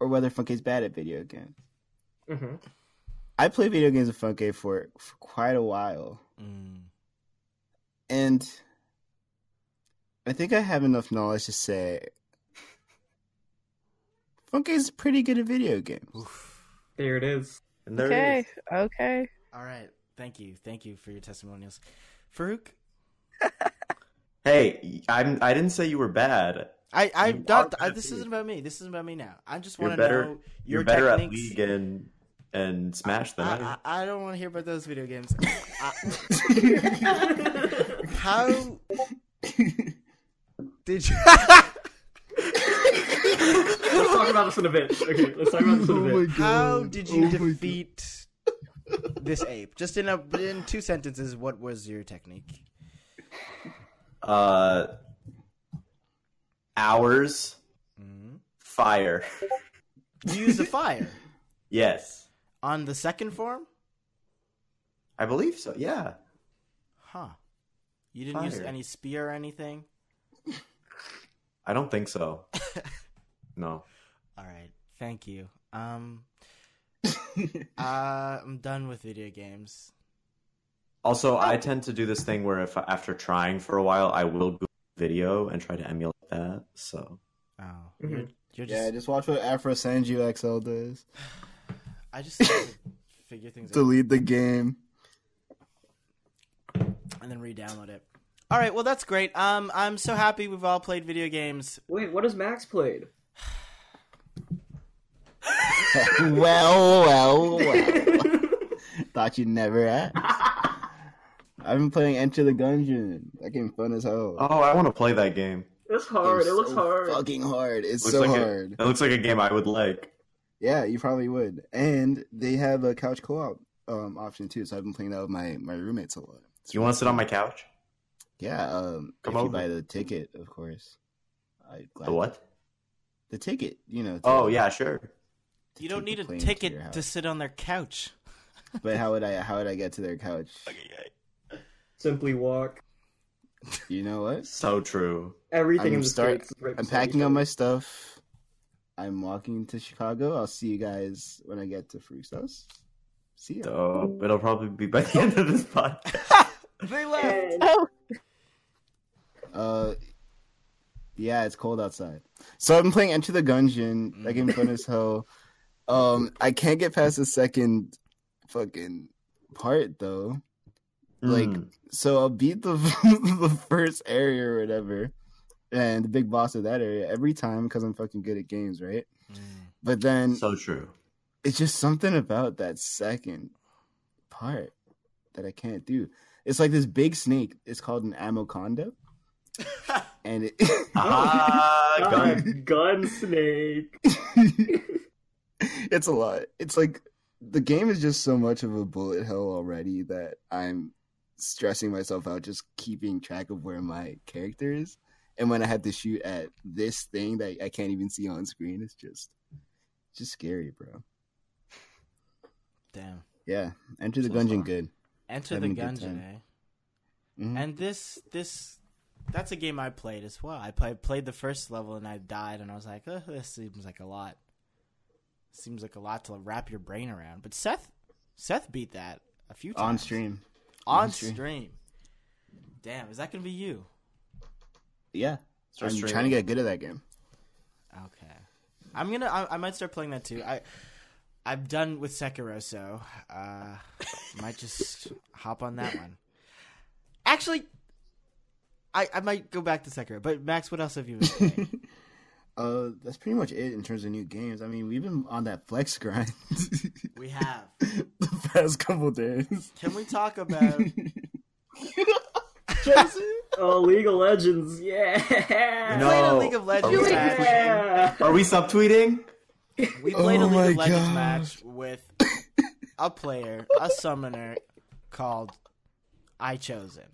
[SPEAKER 5] or whether Funke is bad at video games.
[SPEAKER 4] hmm
[SPEAKER 5] I played video games with Funke for, for quite a while,
[SPEAKER 1] Mm.
[SPEAKER 5] and I think I have enough knowledge to say Funke is pretty good at video games.
[SPEAKER 1] Oof.
[SPEAKER 4] There it is.
[SPEAKER 3] And there it
[SPEAKER 2] okay,
[SPEAKER 3] is.
[SPEAKER 2] okay.
[SPEAKER 1] All right. Thank you. Thank you for your testimonials, Farouk.
[SPEAKER 3] Hey, I'm. I didn't say you were bad.
[SPEAKER 1] I, I,
[SPEAKER 3] You
[SPEAKER 1] not, I
[SPEAKER 3] are good
[SPEAKER 1] this
[SPEAKER 3] at
[SPEAKER 1] isn't about me. This isn't about me now. I just
[SPEAKER 3] You're
[SPEAKER 1] want to
[SPEAKER 3] better-
[SPEAKER 1] know your
[SPEAKER 3] You're better
[SPEAKER 1] techniques. Uh,
[SPEAKER 3] at League and and Smash than I, am.
[SPEAKER 1] I, I, I don't want to hear about those video games. I- how did you?
[SPEAKER 4] Let's talk about this in a bit. Okay, let's talk about this in a bit.
[SPEAKER 1] how did you defeat this ape? Just in a in two sentences, what was your technique?
[SPEAKER 3] Uh, hours
[SPEAKER 1] Mhm.
[SPEAKER 3] Mm-hmm. fire.
[SPEAKER 1] You used a fire
[SPEAKER 3] Yes,
[SPEAKER 1] on the second form,
[SPEAKER 3] I believe so. Yeah.
[SPEAKER 1] huh? You didn't use
[SPEAKER 3] Fire.
[SPEAKER 1] any spear or anything.
[SPEAKER 3] I don't think so. no.
[SPEAKER 1] All right, thank you. Um, uh, I'm done with video games.
[SPEAKER 3] Also, I tend to do this thing where if after trying for a while, I will Google video and try to emulate that. So
[SPEAKER 1] Oh,
[SPEAKER 4] Mhm.
[SPEAKER 1] you're, you're just.
[SPEAKER 5] Yeah, just watch what Afro Sanju XL does.
[SPEAKER 1] I just like to figure things out
[SPEAKER 5] Delete the game.
[SPEAKER 1] and then re-download it. All right, well that's great. Um, I'm so happy we've all played video games.
[SPEAKER 4] Wait, what has Max played?
[SPEAKER 5] well, well, well. Thought you'd never ask. I've been playing Enter the Gungeon. That game fun as hell.
[SPEAKER 3] Oh, I want to play that game.
[SPEAKER 4] It's hard.
[SPEAKER 5] It's
[SPEAKER 4] It looks
[SPEAKER 5] so
[SPEAKER 4] hard.
[SPEAKER 5] Fucking hard. It's
[SPEAKER 3] Looks
[SPEAKER 5] so
[SPEAKER 3] like a-
[SPEAKER 5] hard.
[SPEAKER 3] That looks like a game I would like.
[SPEAKER 5] Yeah, you probably would. And they have a couch co-op um, option too. So I've been playing that with my my roommates a lot.
[SPEAKER 3] Do you want to sit on my couch?
[SPEAKER 5] Yeah. Um,
[SPEAKER 3] Come
[SPEAKER 5] if you
[SPEAKER 3] over.
[SPEAKER 5] buy the ticket, of course. I
[SPEAKER 3] The what?
[SPEAKER 5] The ticket. You know. to-
[SPEAKER 3] Oh yeah, sure.
[SPEAKER 5] to
[SPEAKER 1] You don't
[SPEAKER 5] take
[SPEAKER 1] need
[SPEAKER 5] the
[SPEAKER 1] a
[SPEAKER 5] plane to your
[SPEAKER 1] ticket to
[SPEAKER 5] house.
[SPEAKER 1] sit on their couch.
[SPEAKER 5] But how would I? How would I get to their couch?
[SPEAKER 4] Simply walk.
[SPEAKER 5] You know what?
[SPEAKER 3] So true.
[SPEAKER 4] Everything
[SPEAKER 5] I'm
[SPEAKER 4] in the
[SPEAKER 5] start-
[SPEAKER 4] States is right
[SPEAKER 5] I'm
[SPEAKER 4] beside
[SPEAKER 5] packing
[SPEAKER 4] each
[SPEAKER 5] up
[SPEAKER 4] other.
[SPEAKER 5] my stuff. I'm walking to Chicago. I'll see you guys when I get to Fruit's house. See ya.
[SPEAKER 3] So it'll probably be by the end of this podcast.
[SPEAKER 1] they left.
[SPEAKER 2] Oh,
[SPEAKER 5] Uh, yeah, it's cold outside. So I've been playing Enter the Gungeon.
[SPEAKER 3] Mm.
[SPEAKER 5] That game fun as hell. Um, I can't get past the second fucking part though. Like-
[SPEAKER 3] Mm.
[SPEAKER 5] So I'll beat the the first area or whatever, and the big boss of that area every time because I'm fucking good at games, right?
[SPEAKER 1] Mm.
[SPEAKER 5] But then
[SPEAKER 3] so true.
[SPEAKER 5] it's just something about that second part that I can't do. It's like this big snake. It's called an amoconda, and it
[SPEAKER 3] Ah,
[SPEAKER 4] Ah,
[SPEAKER 3] gun.
[SPEAKER 4] gun snake.
[SPEAKER 5] it's a lot. It's like the game is just so much of a bullet hell already that I'm stressing myself out just keeping track of where my character is. And when I have to shoot at this thing that I can't even see on screen, it's just it's just scary, bro.
[SPEAKER 1] Damn.
[SPEAKER 5] Yeah. Enter the
[SPEAKER 3] So
[SPEAKER 5] dungeon
[SPEAKER 3] far.
[SPEAKER 5] good.
[SPEAKER 1] Enter
[SPEAKER 5] Having
[SPEAKER 1] the
[SPEAKER 5] a good time.
[SPEAKER 1] Gungeon, eh?
[SPEAKER 5] Mhm.
[SPEAKER 1] And this this that's a game I played as well. I play, played the first level and I died and I was like, "Ugh, this seems like a lot. Seems like a lot to wrap your brain around. But Seth Seth beat that a few times.
[SPEAKER 5] on stream.
[SPEAKER 1] On
[SPEAKER 5] On stream.
[SPEAKER 1] stream. Damn, is that gonna be you?
[SPEAKER 5] Yeah.
[SPEAKER 3] Start
[SPEAKER 5] I'm
[SPEAKER 3] streaming.
[SPEAKER 5] trying to get good at that game.
[SPEAKER 1] Okay. I'm gonna. I, I might start playing that too. I I'm done with Sekiro, so uh, might just hop on that one. Actually, I I might go back to Sekiro. But Max, what else have you been playing?
[SPEAKER 5] Uh, that's pretty much it in terms of new games. I mean, we've been on that flex grind.
[SPEAKER 1] we have.
[SPEAKER 5] the past couple days.
[SPEAKER 1] Can we talk about
[SPEAKER 4] Oh, League of Legends, yeah.
[SPEAKER 3] No.
[SPEAKER 1] played a League of Legends
[SPEAKER 2] Really?
[SPEAKER 1] match?
[SPEAKER 4] Yeah.
[SPEAKER 3] Are we subtweeting?
[SPEAKER 1] We played a
[SPEAKER 5] Oh my
[SPEAKER 1] League of Legends
[SPEAKER 5] gosh.
[SPEAKER 1] match with a player, a summoner called I chose him.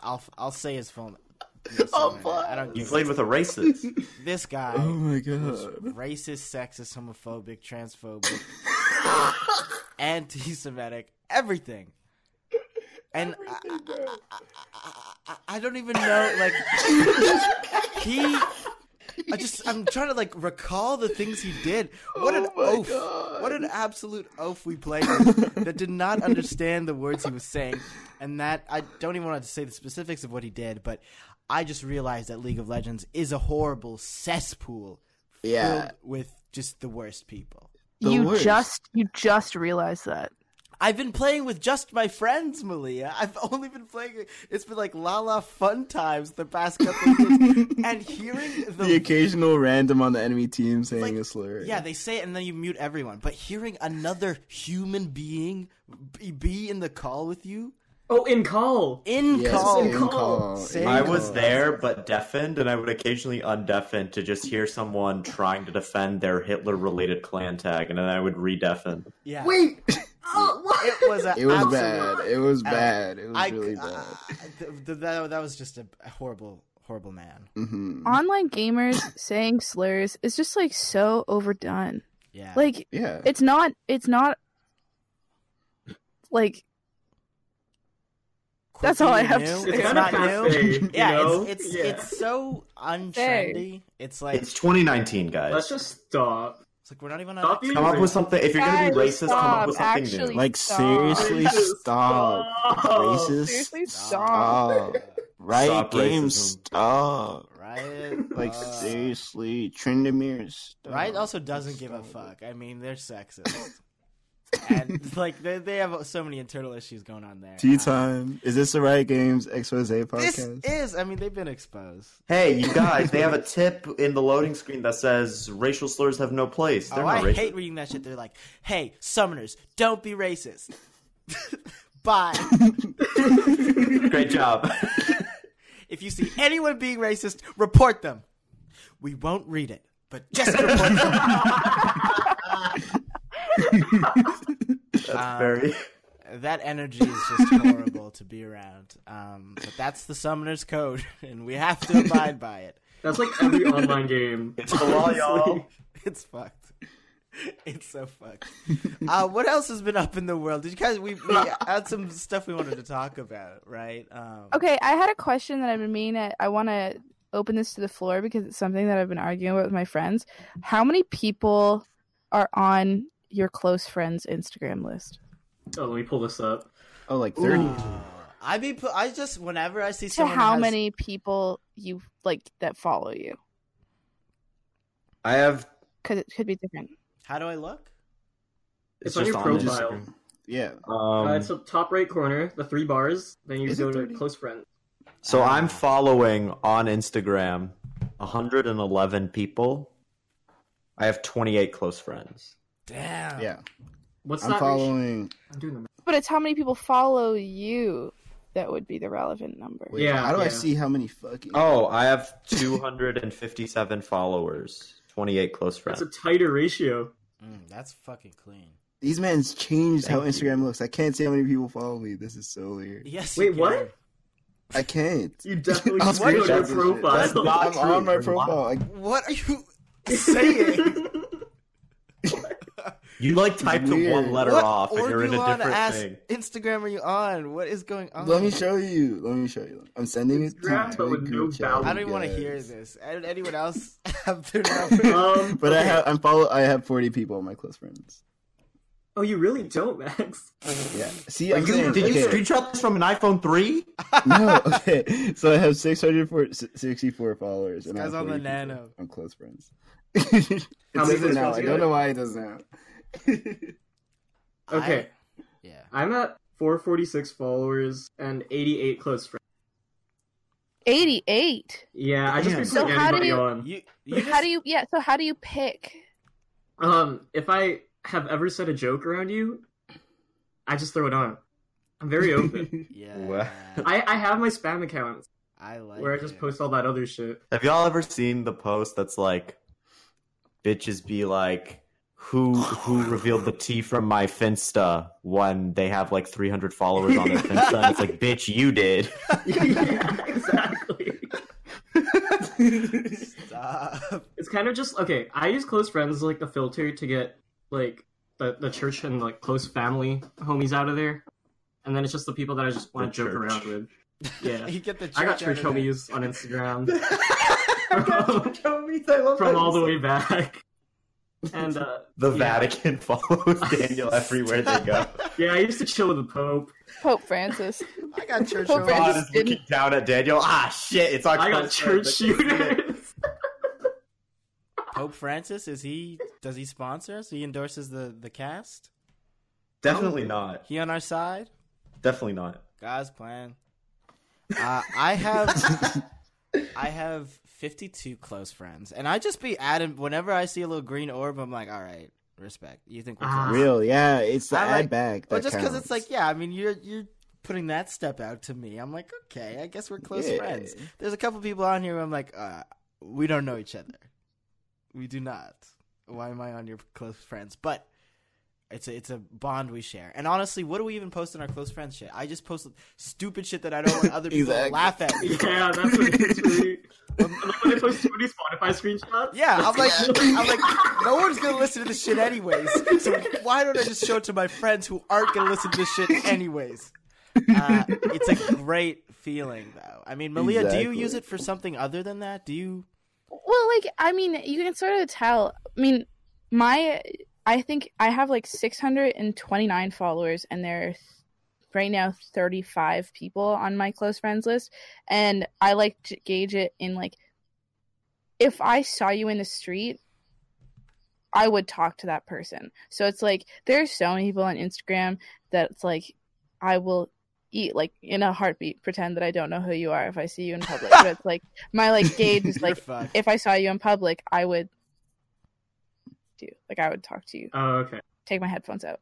[SPEAKER 1] I'll I'll say his phone.
[SPEAKER 5] Oh, fuck.
[SPEAKER 1] I don't
[SPEAKER 3] You
[SPEAKER 1] give
[SPEAKER 3] played
[SPEAKER 1] a
[SPEAKER 3] with a racist.
[SPEAKER 1] this guy.
[SPEAKER 5] oh my
[SPEAKER 1] was
[SPEAKER 5] god.
[SPEAKER 1] racist, sexist, homophobic, transphobic, anti-Semitic, everything. And I, I, I, I- I, I don't even know. Like he, I just I'm trying to like recall the things he did. What an
[SPEAKER 5] Oh my
[SPEAKER 1] oaf!
[SPEAKER 5] God.
[SPEAKER 1] What an absolute oaf we played with that did not understand the words he was saying, and that I don't even want to say the specifics of what he did, but I just realized that League of Legends is a horrible cesspool filled
[SPEAKER 5] Yeah.
[SPEAKER 1] with just the worst people.
[SPEAKER 5] The
[SPEAKER 2] you
[SPEAKER 5] worst.
[SPEAKER 2] just you just realized that.
[SPEAKER 1] I've been playing with just my friends, Malia. I've only been playing. It's been like la la fun times the past couple of years, and hearing the,
[SPEAKER 5] The occasional random on the enemy team saying
[SPEAKER 1] like-
[SPEAKER 5] a slur.
[SPEAKER 1] yeah they say it and then you mute everyone. But hearing another human being be- be in the call with you
[SPEAKER 4] Oh, in call.
[SPEAKER 1] in
[SPEAKER 5] Yes,
[SPEAKER 1] call,
[SPEAKER 5] in
[SPEAKER 4] call.
[SPEAKER 5] call.
[SPEAKER 1] Say
[SPEAKER 5] in
[SPEAKER 1] call.
[SPEAKER 3] I
[SPEAKER 1] Bingo.
[SPEAKER 3] was there, but deafened, and I would occasionally undeafen to just hear someone trying to defend their Hitler-related clan tag, and then I would re-deafen.
[SPEAKER 1] yeah,
[SPEAKER 4] Wait. Oh, what?
[SPEAKER 1] it was a
[SPEAKER 5] It was
[SPEAKER 1] absolute-
[SPEAKER 5] bad. It was bad. It was
[SPEAKER 1] I-
[SPEAKER 5] really
[SPEAKER 1] uh,
[SPEAKER 5] bad.
[SPEAKER 1] th- th- that, that was just a a horrible, horrible man.
[SPEAKER 5] hmm
[SPEAKER 2] Online gamers saying slurs is just like so overdone.
[SPEAKER 1] Yeah,
[SPEAKER 2] Like
[SPEAKER 5] Yeah.
[SPEAKER 2] it's not it's not like that's all I have to
[SPEAKER 1] Quirky new, It's
[SPEAKER 2] say.
[SPEAKER 4] It's kind
[SPEAKER 1] not
[SPEAKER 4] of
[SPEAKER 1] new.
[SPEAKER 4] passe. you
[SPEAKER 1] Yeah,
[SPEAKER 4] know?
[SPEAKER 1] it's it's
[SPEAKER 4] Yeah.
[SPEAKER 1] it's so untrendy. It's like
[SPEAKER 3] It's
[SPEAKER 1] it's,
[SPEAKER 3] 2019, guys.
[SPEAKER 4] Let's just stop.
[SPEAKER 1] like we're not even on.
[SPEAKER 4] Stop being
[SPEAKER 3] come up with something. If you're gonna be
[SPEAKER 2] Guys,
[SPEAKER 3] racist, come up with
[SPEAKER 2] stop,
[SPEAKER 3] something
[SPEAKER 2] actually.
[SPEAKER 3] new.
[SPEAKER 5] like
[SPEAKER 2] Stop.
[SPEAKER 5] seriously,
[SPEAKER 4] Racist.
[SPEAKER 5] stop.
[SPEAKER 1] Oh,
[SPEAKER 5] Racist.
[SPEAKER 2] seriously stop.
[SPEAKER 5] Stop. Right
[SPEAKER 3] Stop
[SPEAKER 5] game.
[SPEAKER 3] racism.
[SPEAKER 5] Stop.
[SPEAKER 1] Riot,
[SPEAKER 5] Like
[SPEAKER 1] uh,
[SPEAKER 5] seriously, Trindamir. Stop.
[SPEAKER 1] Riot also doesn't give a fuck. I mean, they're sexist, and like they they have so many internal issues going on there.
[SPEAKER 5] Tea
[SPEAKER 1] Uh,
[SPEAKER 5] time. Is this the Riot Games expose
[SPEAKER 1] This
[SPEAKER 5] podcast?
[SPEAKER 1] is. I mean, they've been exposed.
[SPEAKER 3] Hey, you guys! They have a tip in the loading screen that says racial slurs have no place. They're
[SPEAKER 1] oh, I
[SPEAKER 3] not racist.
[SPEAKER 1] hate reading that shit. They're like, "Hey, summoners, don't be racist." Bye.
[SPEAKER 3] Great job.
[SPEAKER 1] If you see anyone being racist, report them. We won't read it, but just report them.
[SPEAKER 3] That's very.
[SPEAKER 1] that energy is just horrible to be around. Um, but that's the summoner's code, and we have to abide by it.
[SPEAKER 4] That's like every online game.
[SPEAKER 3] It's the law, y'all.
[SPEAKER 1] It's fucked. It's so fucked. Uh, what else has been up in the world? Did you guys? We, we had some stuff we wanted to talk about, right? Um,
[SPEAKER 2] Okay, I had a question that I've been meaning. I, I want to open this to the floor because it's something that I've been arguing about with my friends. How many people are on your close friends' Instagram list?
[SPEAKER 4] Oh, let me pull this up.
[SPEAKER 5] Oh, like thirty.
[SPEAKER 1] I be pu- I just whenever I see
[SPEAKER 2] To
[SPEAKER 1] someone
[SPEAKER 2] how
[SPEAKER 1] has-
[SPEAKER 2] many people you like that follow you?
[SPEAKER 3] I have.
[SPEAKER 2] Because it could be different.
[SPEAKER 1] How do I look?
[SPEAKER 4] It's on your
[SPEAKER 3] this-
[SPEAKER 4] profile.
[SPEAKER 5] Yeah.
[SPEAKER 3] Um,
[SPEAKER 4] uh, it's the top right corner, the three bars. Then you
[SPEAKER 5] Is
[SPEAKER 4] go
[SPEAKER 5] it
[SPEAKER 4] to
[SPEAKER 5] 30?
[SPEAKER 4] close friends.
[SPEAKER 3] So I'm following on Instagram 111 people. I have 28 close friends.
[SPEAKER 1] Damn.
[SPEAKER 5] Yeah.
[SPEAKER 4] What's
[SPEAKER 5] I'm
[SPEAKER 4] that? ratio?
[SPEAKER 5] following.
[SPEAKER 4] I'm doing the math.
[SPEAKER 2] But it's how many people follow you that would be the relevant number.
[SPEAKER 5] Wait,
[SPEAKER 4] Yeah,
[SPEAKER 5] How do I
[SPEAKER 4] yeah.
[SPEAKER 5] see how many fucking?
[SPEAKER 3] Oh, I have 257 followers, 28 close
[SPEAKER 4] That's
[SPEAKER 3] friends.
[SPEAKER 4] a tighter ratio.
[SPEAKER 1] Mm, that's fucking clean.
[SPEAKER 5] These man's changed how
[SPEAKER 3] Thank you.
[SPEAKER 5] Instagram looks. I can't see how many people follow me. This is so weird.
[SPEAKER 1] Yes.
[SPEAKER 4] Wait,
[SPEAKER 1] you can.
[SPEAKER 4] what?
[SPEAKER 5] I can't.
[SPEAKER 4] You definitely
[SPEAKER 5] I'll
[SPEAKER 4] see it on
[SPEAKER 5] screenshot
[SPEAKER 4] your
[SPEAKER 5] this shit. That's
[SPEAKER 4] profile.
[SPEAKER 5] not
[SPEAKER 3] not
[SPEAKER 5] I'm on
[SPEAKER 3] true.
[SPEAKER 5] my profile. I,
[SPEAKER 1] What are you saying?
[SPEAKER 3] You like typed the
[SPEAKER 5] Weird.
[SPEAKER 3] one letter
[SPEAKER 1] what
[SPEAKER 3] off and you're in a
[SPEAKER 1] Orgulon
[SPEAKER 3] different
[SPEAKER 1] ass
[SPEAKER 3] thing.
[SPEAKER 1] Instagram are you on? What is going on?
[SPEAKER 5] let me show you. Let me show you. I'm sending it to
[SPEAKER 4] Instagram,
[SPEAKER 5] the
[SPEAKER 4] but with no
[SPEAKER 5] group chat,
[SPEAKER 4] balance.
[SPEAKER 1] I don't even want to
[SPEAKER 5] guys.
[SPEAKER 1] hear this. I don't- Anyone else have their number?
[SPEAKER 4] um,
[SPEAKER 5] But I have. I'm follow. I have 40 people on my close friends.
[SPEAKER 4] oh, you really don't, Max.
[SPEAKER 5] Yeah. See, I'm
[SPEAKER 3] Like, you-
[SPEAKER 5] saying,
[SPEAKER 3] did you
[SPEAKER 5] okay.
[SPEAKER 3] screenshot this from an iPhone 3?
[SPEAKER 5] no, okay. So I have 664 followers. And I
[SPEAKER 1] This guy's
[SPEAKER 5] have
[SPEAKER 1] on the
[SPEAKER 5] 40 people
[SPEAKER 1] nano.
[SPEAKER 5] I'm close friends. it
[SPEAKER 4] How many
[SPEAKER 5] doesn't
[SPEAKER 4] close
[SPEAKER 5] now.
[SPEAKER 4] friends
[SPEAKER 5] I
[SPEAKER 4] you
[SPEAKER 5] don't
[SPEAKER 4] got?
[SPEAKER 5] know why it doesn't now.
[SPEAKER 4] Okay.
[SPEAKER 1] I- yeah.
[SPEAKER 4] I'm at 446 followers and 88 close friends.
[SPEAKER 2] Eighty-eight.
[SPEAKER 4] Yeah, I just
[SPEAKER 3] Damn.
[SPEAKER 4] been
[SPEAKER 2] So
[SPEAKER 4] putting
[SPEAKER 2] how do
[SPEAKER 4] anybody
[SPEAKER 2] you-
[SPEAKER 4] on.
[SPEAKER 1] You, you
[SPEAKER 2] how do you? Yeah. So how do you pick?
[SPEAKER 4] Um, if I have ever said a joke around you, I just throw it on. I'm very open.
[SPEAKER 1] Yeah.
[SPEAKER 3] Wow.
[SPEAKER 4] I, I have my spam accounts
[SPEAKER 1] I like
[SPEAKER 4] where I just
[SPEAKER 1] it.
[SPEAKER 4] post all that other shit.
[SPEAKER 3] Have y'all ever seen the post that's like, bitches be like, who who revealed the T from my Finsta when they have like 300 followers on their Finsta? And it's like, bitch, you did.
[SPEAKER 4] yeah, exactly.
[SPEAKER 1] Stop.
[SPEAKER 4] It's kind of just okay. I use close friends as like the filter to get like the, the church and like close family homies out of there, and then it's just the people that I just want
[SPEAKER 3] The
[SPEAKER 4] to joke
[SPEAKER 3] church.
[SPEAKER 4] around with. Yeah,
[SPEAKER 1] you get the church
[SPEAKER 4] I got
[SPEAKER 1] out
[SPEAKER 4] church
[SPEAKER 1] of it.
[SPEAKER 4] homies on Instagram
[SPEAKER 3] From
[SPEAKER 4] from all the way back, and uh,
[SPEAKER 3] The
[SPEAKER 4] Yeah.
[SPEAKER 3] Vatican follows Daniel everywhere they go.
[SPEAKER 4] yeah, I used to chill with the Pope.
[SPEAKER 2] Pope Francis.
[SPEAKER 1] I got church
[SPEAKER 2] Pope
[SPEAKER 1] homies.
[SPEAKER 2] Francis.
[SPEAKER 3] God is
[SPEAKER 2] didn't-
[SPEAKER 3] looking down at Daniel. Ah, shit! It's our
[SPEAKER 4] I got
[SPEAKER 3] close
[SPEAKER 4] church
[SPEAKER 3] friend. I can see it.
[SPEAKER 4] shooters.
[SPEAKER 1] Pope Francis is he? Does he sponsor us? He endorses the the cast.
[SPEAKER 3] Definitely not.
[SPEAKER 1] He on our side.
[SPEAKER 3] Definitely not.
[SPEAKER 1] God's plan. Uh, I have I have 52 close friends, and I just be adamant whenever I see a little green orb. I'm like, all right, respect. You think we're
[SPEAKER 4] Ah.
[SPEAKER 1] close?
[SPEAKER 5] Real, yeah. It's the
[SPEAKER 1] I
[SPEAKER 5] add
[SPEAKER 1] like-
[SPEAKER 5] back.
[SPEAKER 1] Well,
[SPEAKER 5] that
[SPEAKER 1] just because it's
[SPEAKER 5] counts.
[SPEAKER 1] like, yeah, I mean, you're you're putting that step out to me. I'm like, okay, I guess we're close
[SPEAKER 5] Yeah.
[SPEAKER 1] friends. There's a couple people on here. Where I'm like, uh, we don't know each other. We do not. Why am I on your close friends? But it's a it's a bond we share. And honestly, what do we even post in our close friends shit? I just post stupid shit that I don't want other people
[SPEAKER 5] Exactly.
[SPEAKER 1] to laugh at. me.
[SPEAKER 4] Yeah, that's what it is for me. When I post so many Spotify screenshots.
[SPEAKER 1] Yeah, I'm like, I'm like, no one's gonna listen to this shit anyways. So why don't I just show it to my friends who aren't gonna listen to this shit anyways? Uh, it's a great feeling, though. I mean, Malia, do you
[SPEAKER 5] Exactly.
[SPEAKER 1] use it for something other than that? Do you?
[SPEAKER 2] Well, like I mean, you can sort of tell. I mean, my I think I have like 629 followers, and there are th- right now 35 people on my close friends list, and I like to gauge it in like if I saw you in the street. I would talk to that person. So it's like there's so many people on Instagram that's like I will eat like in a heartbeat pretend that I don't know who you are if I see you in public. but it's like my like gauge is
[SPEAKER 1] You're
[SPEAKER 2] like
[SPEAKER 1] fucked.
[SPEAKER 2] if I saw you in public, I would do like I would talk to you,
[SPEAKER 4] Oh, okay.
[SPEAKER 2] take my headphones out.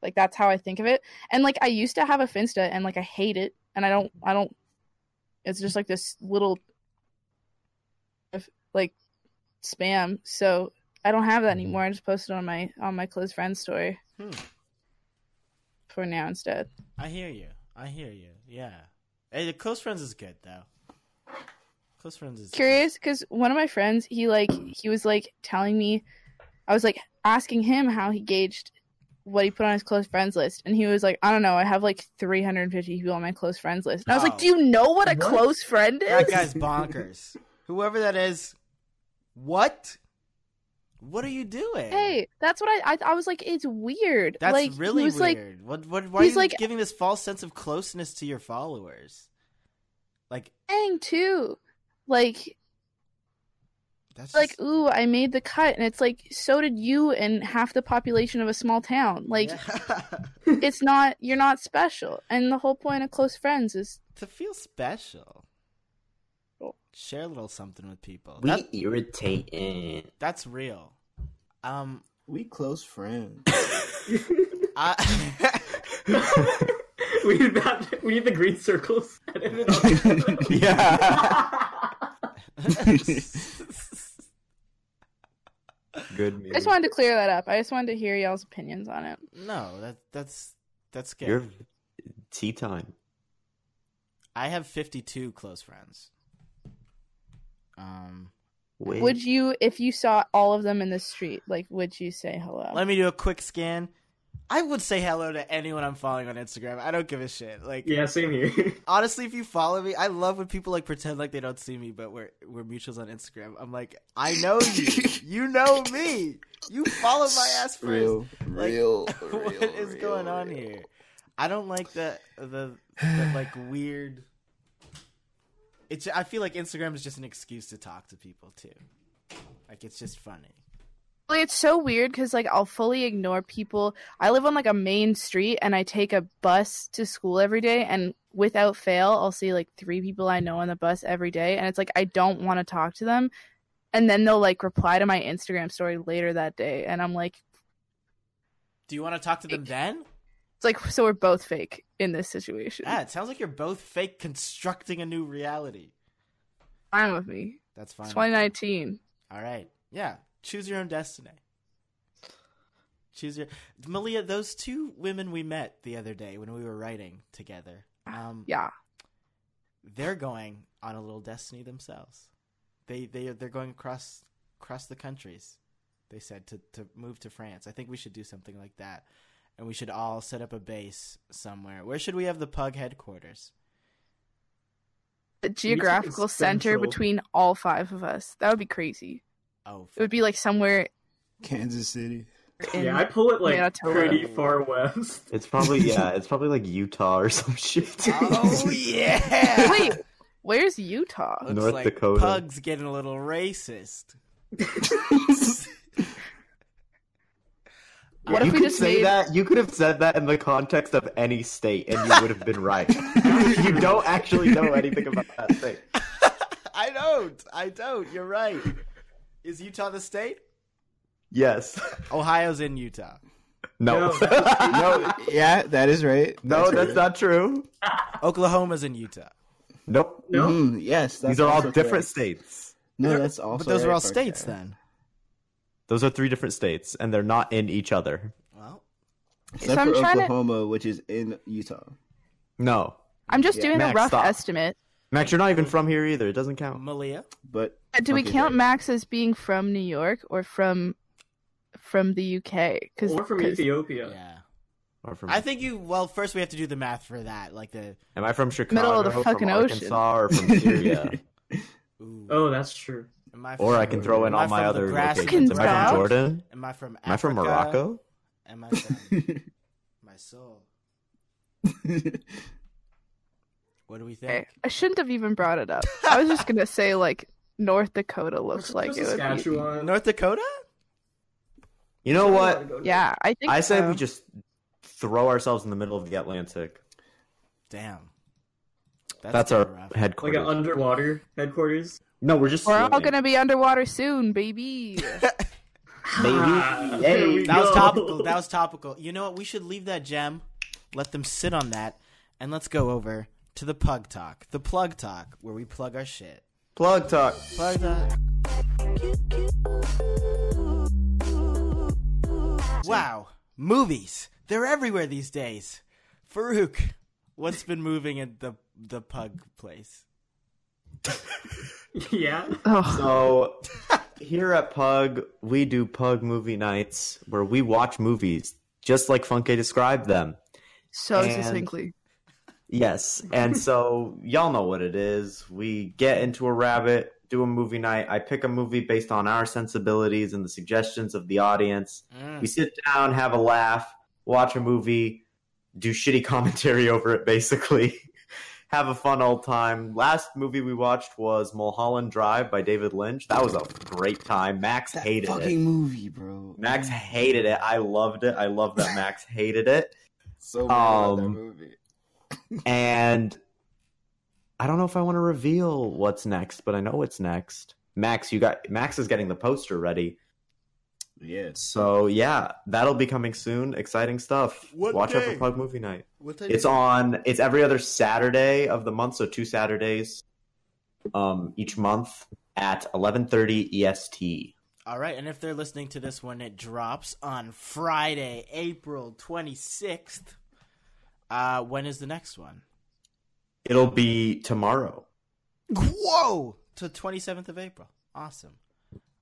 [SPEAKER 2] Like that's how I think of it. And like I used to have a Finsta and like I hate it and I don't I don't it's just like this little of, like spam. So I don't have that anymore. I just post it on my on my close friends story.
[SPEAKER 1] Hmm.
[SPEAKER 2] For now instead.
[SPEAKER 1] I hear you. I hear you. Yeah. Hey, the close friends is good though. Close friends is
[SPEAKER 2] curious because one of my friends he like he was like telling me i was like asking him how he gauged what he put on his close friends list and he was like i don't know i have like 350 people on my close friends list and i was
[SPEAKER 1] Oh.
[SPEAKER 2] like do you know what a
[SPEAKER 4] What?
[SPEAKER 2] close friend is
[SPEAKER 1] That guy's bonkers. Whoever that is, what? What are you doing?
[SPEAKER 2] hey that's what I, I i was like it's weird
[SPEAKER 1] That's
[SPEAKER 2] like
[SPEAKER 1] really
[SPEAKER 2] he was like
[SPEAKER 1] weird. what? What? Why are
[SPEAKER 2] he's
[SPEAKER 1] you
[SPEAKER 2] like-
[SPEAKER 1] giving this false sense of closeness to your followers? Like
[SPEAKER 2] dang too like
[SPEAKER 1] that's
[SPEAKER 2] like
[SPEAKER 1] just-
[SPEAKER 2] ooh i made the cut and it's like so did you and half the population of a small town like
[SPEAKER 1] Yeah.
[SPEAKER 2] it's not you're not special and the whole point of close friends is
[SPEAKER 1] to feel special.
[SPEAKER 2] Oh.
[SPEAKER 1] Share a little something with people.
[SPEAKER 3] We
[SPEAKER 1] That,
[SPEAKER 3] irritating.
[SPEAKER 1] that's real. Um,
[SPEAKER 5] we close friends.
[SPEAKER 1] I
[SPEAKER 4] we need that. We need the green circles. edited out.
[SPEAKER 3] Yeah. Good
[SPEAKER 2] I just
[SPEAKER 3] music.
[SPEAKER 2] wanted to clear that up. I just wanted to hear y'all's opinions on it.
[SPEAKER 1] no, that that's that's good.
[SPEAKER 3] Your tea time.
[SPEAKER 1] I have fifty-two close friends. Um,
[SPEAKER 3] Wait.
[SPEAKER 2] Would you, if you saw all of them in the street, like, would you say hello?
[SPEAKER 1] let me do a quick scan. I would say hello to anyone I'm following on Instagram. I don't give a shit. Like,
[SPEAKER 4] yeah, same here.
[SPEAKER 1] honestly, if you follow me, I love when people like pretend like they don't see me, but we're we're mutuals on Instagram. I'm like, I know you, you know me, you follow my ass first.
[SPEAKER 5] Real,
[SPEAKER 1] Like,
[SPEAKER 5] real, real.
[SPEAKER 1] what is
[SPEAKER 5] real,
[SPEAKER 1] going on
[SPEAKER 5] real.
[SPEAKER 1] here? I don't like the the, the like weird. It's. I feel like Instagram is just an excuse to talk to people too. Like it's just funny.
[SPEAKER 2] Like, it's so weird because, like, I'll fully ignore people. I live on, like, a main street and I take a bus to school every day. And without fail, I'll see, like, three people I know on the bus every day. And it's like, I don't want to talk to them. And then they'll, like, reply to my Instagram story later that day. And I'm like,
[SPEAKER 1] Do you want to talk to them then?
[SPEAKER 2] It's like so we're both fake in this situation.
[SPEAKER 1] Yeah, it sounds like you're both fake constructing a new reality.
[SPEAKER 2] Fine with me.
[SPEAKER 1] That's fine.
[SPEAKER 2] 2019.
[SPEAKER 1] All right. Yeah. Choose your own destiny. Choose your Malia. Those two women we met the other day when we were writing together. Um,
[SPEAKER 2] Yeah.
[SPEAKER 1] they're going on a little destiny themselves. They they they're going across across the countries. They said to to move to France. I think we should do something like that, and we should all set up a base somewhere. Where should we have the pug headquarters?
[SPEAKER 2] The geographical center
[SPEAKER 4] central.
[SPEAKER 2] between all five of us. That would be crazy.
[SPEAKER 1] Oh,
[SPEAKER 2] It would be like somewhere
[SPEAKER 5] Kansas City.
[SPEAKER 2] in
[SPEAKER 4] yeah, I pull it like
[SPEAKER 2] Manitoba.
[SPEAKER 4] pretty far west.
[SPEAKER 3] It's probably yeah. It's probably like Utah or some shit.
[SPEAKER 1] oh yeah.
[SPEAKER 2] Wait, where's Utah?
[SPEAKER 1] Looks
[SPEAKER 3] North
[SPEAKER 1] like
[SPEAKER 3] Dakota.
[SPEAKER 1] Pug's getting a little racist.
[SPEAKER 2] What
[SPEAKER 3] you
[SPEAKER 2] if we
[SPEAKER 3] could
[SPEAKER 2] just
[SPEAKER 3] say
[SPEAKER 2] made-
[SPEAKER 3] that? You could have said that in the context of any state, and you would have been right. you don't actually know anything about that thing.
[SPEAKER 1] I don't. I don't. You're right. Is Utah the state?
[SPEAKER 3] Yes.
[SPEAKER 1] Ohio's in Utah.
[SPEAKER 3] No.
[SPEAKER 5] no, yeah, that is right.
[SPEAKER 3] no, that's not true.
[SPEAKER 1] Oklahoma's in Utah.
[SPEAKER 3] Nope.
[SPEAKER 4] No,
[SPEAKER 5] Mm, yes, that's
[SPEAKER 3] These are all
[SPEAKER 5] also
[SPEAKER 3] different
[SPEAKER 5] correct.
[SPEAKER 3] states.
[SPEAKER 5] No, that's also.
[SPEAKER 1] But those are
[SPEAKER 5] right,
[SPEAKER 1] all
[SPEAKER 5] Parker.
[SPEAKER 1] states then.
[SPEAKER 3] Those are three different states, and they're not in each other.
[SPEAKER 1] Well,
[SPEAKER 5] Except
[SPEAKER 2] So I'm
[SPEAKER 5] for
[SPEAKER 2] trying to-
[SPEAKER 5] Oklahoma, which is in Utah.
[SPEAKER 3] No,
[SPEAKER 2] I'm just
[SPEAKER 5] Yeah.
[SPEAKER 2] doing
[SPEAKER 3] Max,
[SPEAKER 2] a rough
[SPEAKER 3] stop.
[SPEAKER 2] estimate.
[SPEAKER 3] Max, you're not even from here either. It doesn't count.
[SPEAKER 1] Malia.
[SPEAKER 5] But
[SPEAKER 2] Uh, Do we
[SPEAKER 5] Okay,
[SPEAKER 2] count
[SPEAKER 5] great.
[SPEAKER 2] Max as being from New York or from from the UK? Because
[SPEAKER 4] or from Ethiopia.
[SPEAKER 1] yeah.
[SPEAKER 3] Or from,
[SPEAKER 1] I think you. Well, first we have to do the math for that. Like the
[SPEAKER 3] am I from Chicago?
[SPEAKER 2] Middle of the
[SPEAKER 3] from
[SPEAKER 2] fucking ocean.
[SPEAKER 3] Arkansas or from Syria?
[SPEAKER 1] ooh,
[SPEAKER 4] Oh, that's true.
[SPEAKER 1] am I
[SPEAKER 3] or I
[SPEAKER 1] from-
[SPEAKER 3] can throw
[SPEAKER 1] am
[SPEAKER 3] in all
[SPEAKER 1] I
[SPEAKER 3] my
[SPEAKER 1] from the
[SPEAKER 3] other
[SPEAKER 1] grass
[SPEAKER 3] locations. Am I
[SPEAKER 2] Arkansas?
[SPEAKER 3] from Jordan?
[SPEAKER 1] Am I from?
[SPEAKER 3] Am I from
[SPEAKER 1] Africa?
[SPEAKER 3] Morocco?
[SPEAKER 1] Am I from my soul? What do we think?
[SPEAKER 2] Okay. I shouldn't have even brought it up. I was just gonna say like North Dakota looks like it would be.
[SPEAKER 4] Saskatchewan.
[SPEAKER 1] North Dakota?
[SPEAKER 3] You know what?
[SPEAKER 2] Yeah, I think
[SPEAKER 3] I say
[SPEAKER 2] so.
[SPEAKER 3] we just throw ourselves in the middle of the Atlantic.
[SPEAKER 1] Damn.
[SPEAKER 3] That's,
[SPEAKER 1] kinda
[SPEAKER 3] our
[SPEAKER 1] rough.
[SPEAKER 4] like
[SPEAKER 3] headquarters.
[SPEAKER 4] an underwater headquarters.
[SPEAKER 3] no, we're just.
[SPEAKER 2] We're all
[SPEAKER 3] swimming.
[SPEAKER 2] gonna be underwater soon, baby.
[SPEAKER 4] Ah,
[SPEAKER 3] Maybe.
[SPEAKER 4] there
[SPEAKER 3] Yay.
[SPEAKER 4] we
[SPEAKER 1] That was
[SPEAKER 4] go.
[SPEAKER 1] topical. That was topical. You know what? We should leave that gem, let them sit on that, and let's go over to the pug talk, the plug talk, where we plug our shit.
[SPEAKER 3] Plug talk.
[SPEAKER 1] Plug talk. Wow, movies. They're everywhere these days. Farouk, what's been moving at the the pug place?
[SPEAKER 4] yeah.
[SPEAKER 2] oh,
[SPEAKER 3] So here at Pug, we do Pug movie nights where we watch movies just like Funke described them.
[SPEAKER 2] so
[SPEAKER 3] and-
[SPEAKER 2] succinctly.
[SPEAKER 3] Yes. And so y'all know what it is. We get into a rabbit, do a movie night. I pick a movie based on our sensibilities and the suggestions of the audience. We sit down, have a laugh, watch a movie, do shitty commentary over it, basically. have a fun old time. Last movie we watched was Mulholland Drive by David Lynch. That was a great time. Max
[SPEAKER 5] that
[SPEAKER 3] hated
[SPEAKER 5] fucking
[SPEAKER 3] it.
[SPEAKER 5] movie, bro.
[SPEAKER 3] Max hated it. I loved it. I love that Max hated it.
[SPEAKER 5] so bad that
[SPEAKER 3] Um,
[SPEAKER 5] movie.
[SPEAKER 3] And I don't know if I want to reveal what's next, but I know what's next. Max, you got Max is getting the poster ready.
[SPEAKER 5] Yeah.
[SPEAKER 3] So yeah, that'll be coming soon. Exciting stuff.
[SPEAKER 1] What
[SPEAKER 3] Watch out
[SPEAKER 1] day?
[SPEAKER 3] for Pug Movie Night.
[SPEAKER 1] What
[SPEAKER 3] It's on. It's every other Saturday of the month, so two Saturdays, um, each month at eleven thirty E EST.
[SPEAKER 1] All right, and if they're listening to this when it drops on Friday, April 26th, uh, when is the next one?
[SPEAKER 3] It'll be tomorrow.
[SPEAKER 1] Whoa! To 27th of April. Awesome.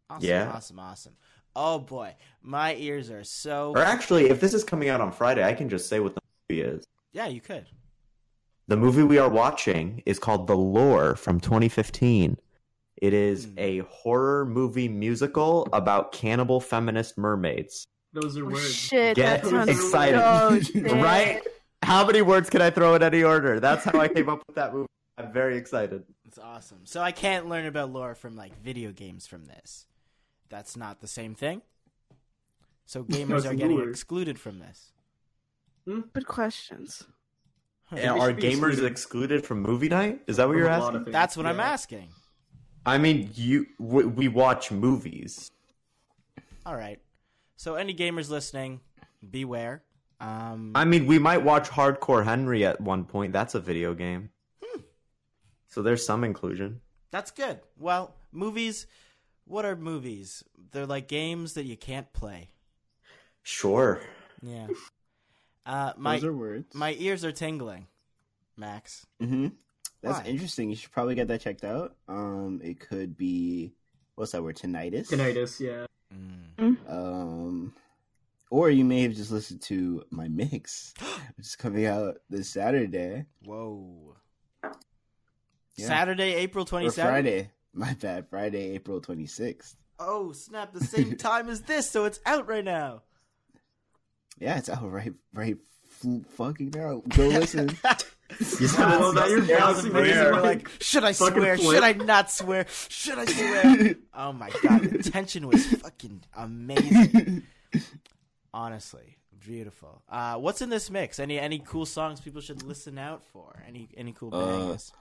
[SPEAKER 1] Awesome,
[SPEAKER 3] Yeah.
[SPEAKER 1] awesome, awesome. Oh boy, my ears are so.
[SPEAKER 3] Or actually, if this is coming out on Friday, I can just say what the movie is.
[SPEAKER 1] Yeah, you could.
[SPEAKER 3] The movie we are watching is called The Lore from 2015. It is
[SPEAKER 4] Hmm.
[SPEAKER 3] a horror movie musical about cannibal feminist mermaids.
[SPEAKER 4] Those are
[SPEAKER 2] Oh,
[SPEAKER 4] words.
[SPEAKER 2] shit,
[SPEAKER 3] Get
[SPEAKER 2] that sounds
[SPEAKER 3] excited.
[SPEAKER 2] so sick.
[SPEAKER 3] Right? How many words can I throw in any order? That's how I came up with that movie. I'm very excited.
[SPEAKER 1] It's awesome. So I can't learn about lore from like video games from this. That's not the same thing. So gamers
[SPEAKER 4] it's
[SPEAKER 1] are getting
[SPEAKER 4] lore.
[SPEAKER 1] excluded from this.
[SPEAKER 2] Good questions.
[SPEAKER 3] And
[SPEAKER 4] we
[SPEAKER 3] are
[SPEAKER 4] should be
[SPEAKER 3] gamers
[SPEAKER 4] excluded.
[SPEAKER 3] excluded from movie night? Is that what
[SPEAKER 4] From
[SPEAKER 3] you're
[SPEAKER 4] a lot
[SPEAKER 3] asking?
[SPEAKER 4] of things.
[SPEAKER 1] That's what I'm
[SPEAKER 4] Yeah.
[SPEAKER 1] asking.
[SPEAKER 3] I mean, you we, we watch movies.
[SPEAKER 1] All right. So any gamers listening, beware. Um,
[SPEAKER 3] I mean, we might watch Hardcore Henry at one point. That's a video game.
[SPEAKER 4] Hmm.
[SPEAKER 3] So there's some inclusion.
[SPEAKER 1] that's good. Well, movies. What are movies? They're like games that you can't play.
[SPEAKER 3] Sure.
[SPEAKER 1] Yeah. Uh, my
[SPEAKER 5] Those are words.
[SPEAKER 1] my ears are tingling, Max.
[SPEAKER 5] hmm That's
[SPEAKER 1] Why?
[SPEAKER 5] interesting. You should probably get that checked out. Um, it could be what's that word? Tinnitus.
[SPEAKER 4] Tinnitus, yeah.
[SPEAKER 3] Hmm.
[SPEAKER 1] Mm.
[SPEAKER 5] Um, or you may have just listened to my mix, which is coming out this Saturday
[SPEAKER 1] Whoa.
[SPEAKER 5] Yeah.
[SPEAKER 1] Saturday, April twenty
[SPEAKER 5] or
[SPEAKER 1] seventh.
[SPEAKER 5] Friday. My bad. Friday, April twenty sixth.
[SPEAKER 1] Oh snap! The same time as this, so it's out right now.
[SPEAKER 5] Yeah, it's out right, right, fl- fucking now. Go listen.
[SPEAKER 3] You
[SPEAKER 4] I
[SPEAKER 3] sound-
[SPEAKER 4] love that you're
[SPEAKER 1] That was
[SPEAKER 4] bouncing
[SPEAKER 1] amazing.
[SPEAKER 4] around.
[SPEAKER 1] We're like, should I
[SPEAKER 4] Fucking
[SPEAKER 1] swear?
[SPEAKER 4] flip.
[SPEAKER 1] Should I not swear? Should I swear? oh my god, the tension was fucking amazing. Honestly, beautiful. Uh, what's in this mix? Any any cool songs people should listen out for? Any any cool
[SPEAKER 5] Uh,
[SPEAKER 1] bangs?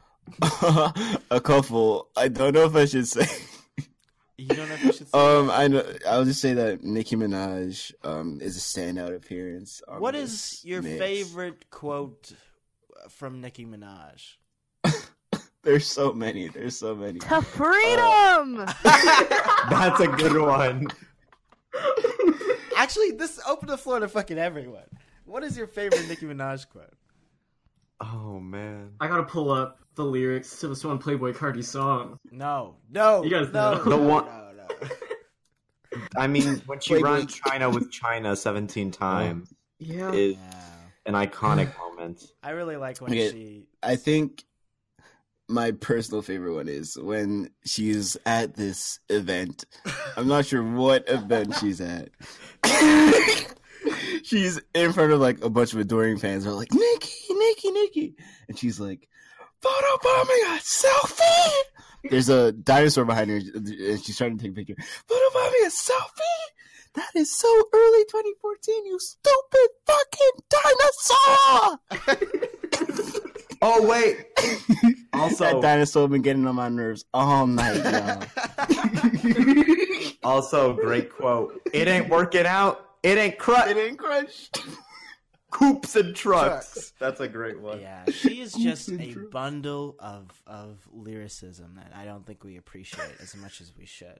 [SPEAKER 5] a couple. I don't know if I should say.
[SPEAKER 1] you don't know if you should. Say
[SPEAKER 5] Um, I know. I'll just say that Nicki Minaj um is a standout appearance. On
[SPEAKER 1] what
[SPEAKER 5] uh, this
[SPEAKER 1] is your
[SPEAKER 5] mix.
[SPEAKER 1] favorite quote from Nicki Minaj?
[SPEAKER 5] There's so many. There's so many.
[SPEAKER 2] To
[SPEAKER 1] Oh.
[SPEAKER 2] freedom.
[SPEAKER 3] That's a good one.
[SPEAKER 1] Actually, this open the floor to fucking everyone. What is your favorite Nicki Minaj quote?
[SPEAKER 3] Oh man.
[SPEAKER 4] I gotta pull up the lyrics to this one Playboy Cardi song.
[SPEAKER 1] No, no,
[SPEAKER 4] You guys
[SPEAKER 1] no,
[SPEAKER 4] know.
[SPEAKER 1] no,
[SPEAKER 3] The one-
[SPEAKER 1] no, no.
[SPEAKER 3] I mean, when she
[SPEAKER 5] Wait,
[SPEAKER 3] runs
[SPEAKER 5] wait.
[SPEAKER 3] China with China 17 times
[SPEAKER 1] Oh,
[SPEAKER 4] Yeah.
[SPEAKER 3] is
[SPEAKER 1] Wow.
[SPEAKER 3] an iconic moment.
[SPEAKER 1] I really like when
[SPEAKER 5] Okay.
[SPEAKER 1] she.
[SPEAKER 5] I think my personal favorite one is when she's at this event. I'm not sure what event she's at. she's in front of like a bunch of adoring fans who are like, Nikki, Nikki, Nikki. And she's like, photo bombing a selfie. There's a dinosaur behind her and she's trying to take a picture. Photo bombing a selfie. That is so early 2014, you stupid fucking dinosaur!
[SPEAKER 3] Oh wait. also,
[SPEAKER 5] that dinosaur been getting on my nerves all night, y'all.
[SPEAKER 3] also great quote. It ain't working out. It ain't crut.
[SPEAKER 5] ain't crushed.
[SPEAKER 3] Coops and trucks. That's a great one.
[SPEAKER 1] Yeah, she is just a
[SPEAKER 5] Syndrome.
[SPEAKER 1] bundle of of lyricism that I don't think we appreciate as much as we should.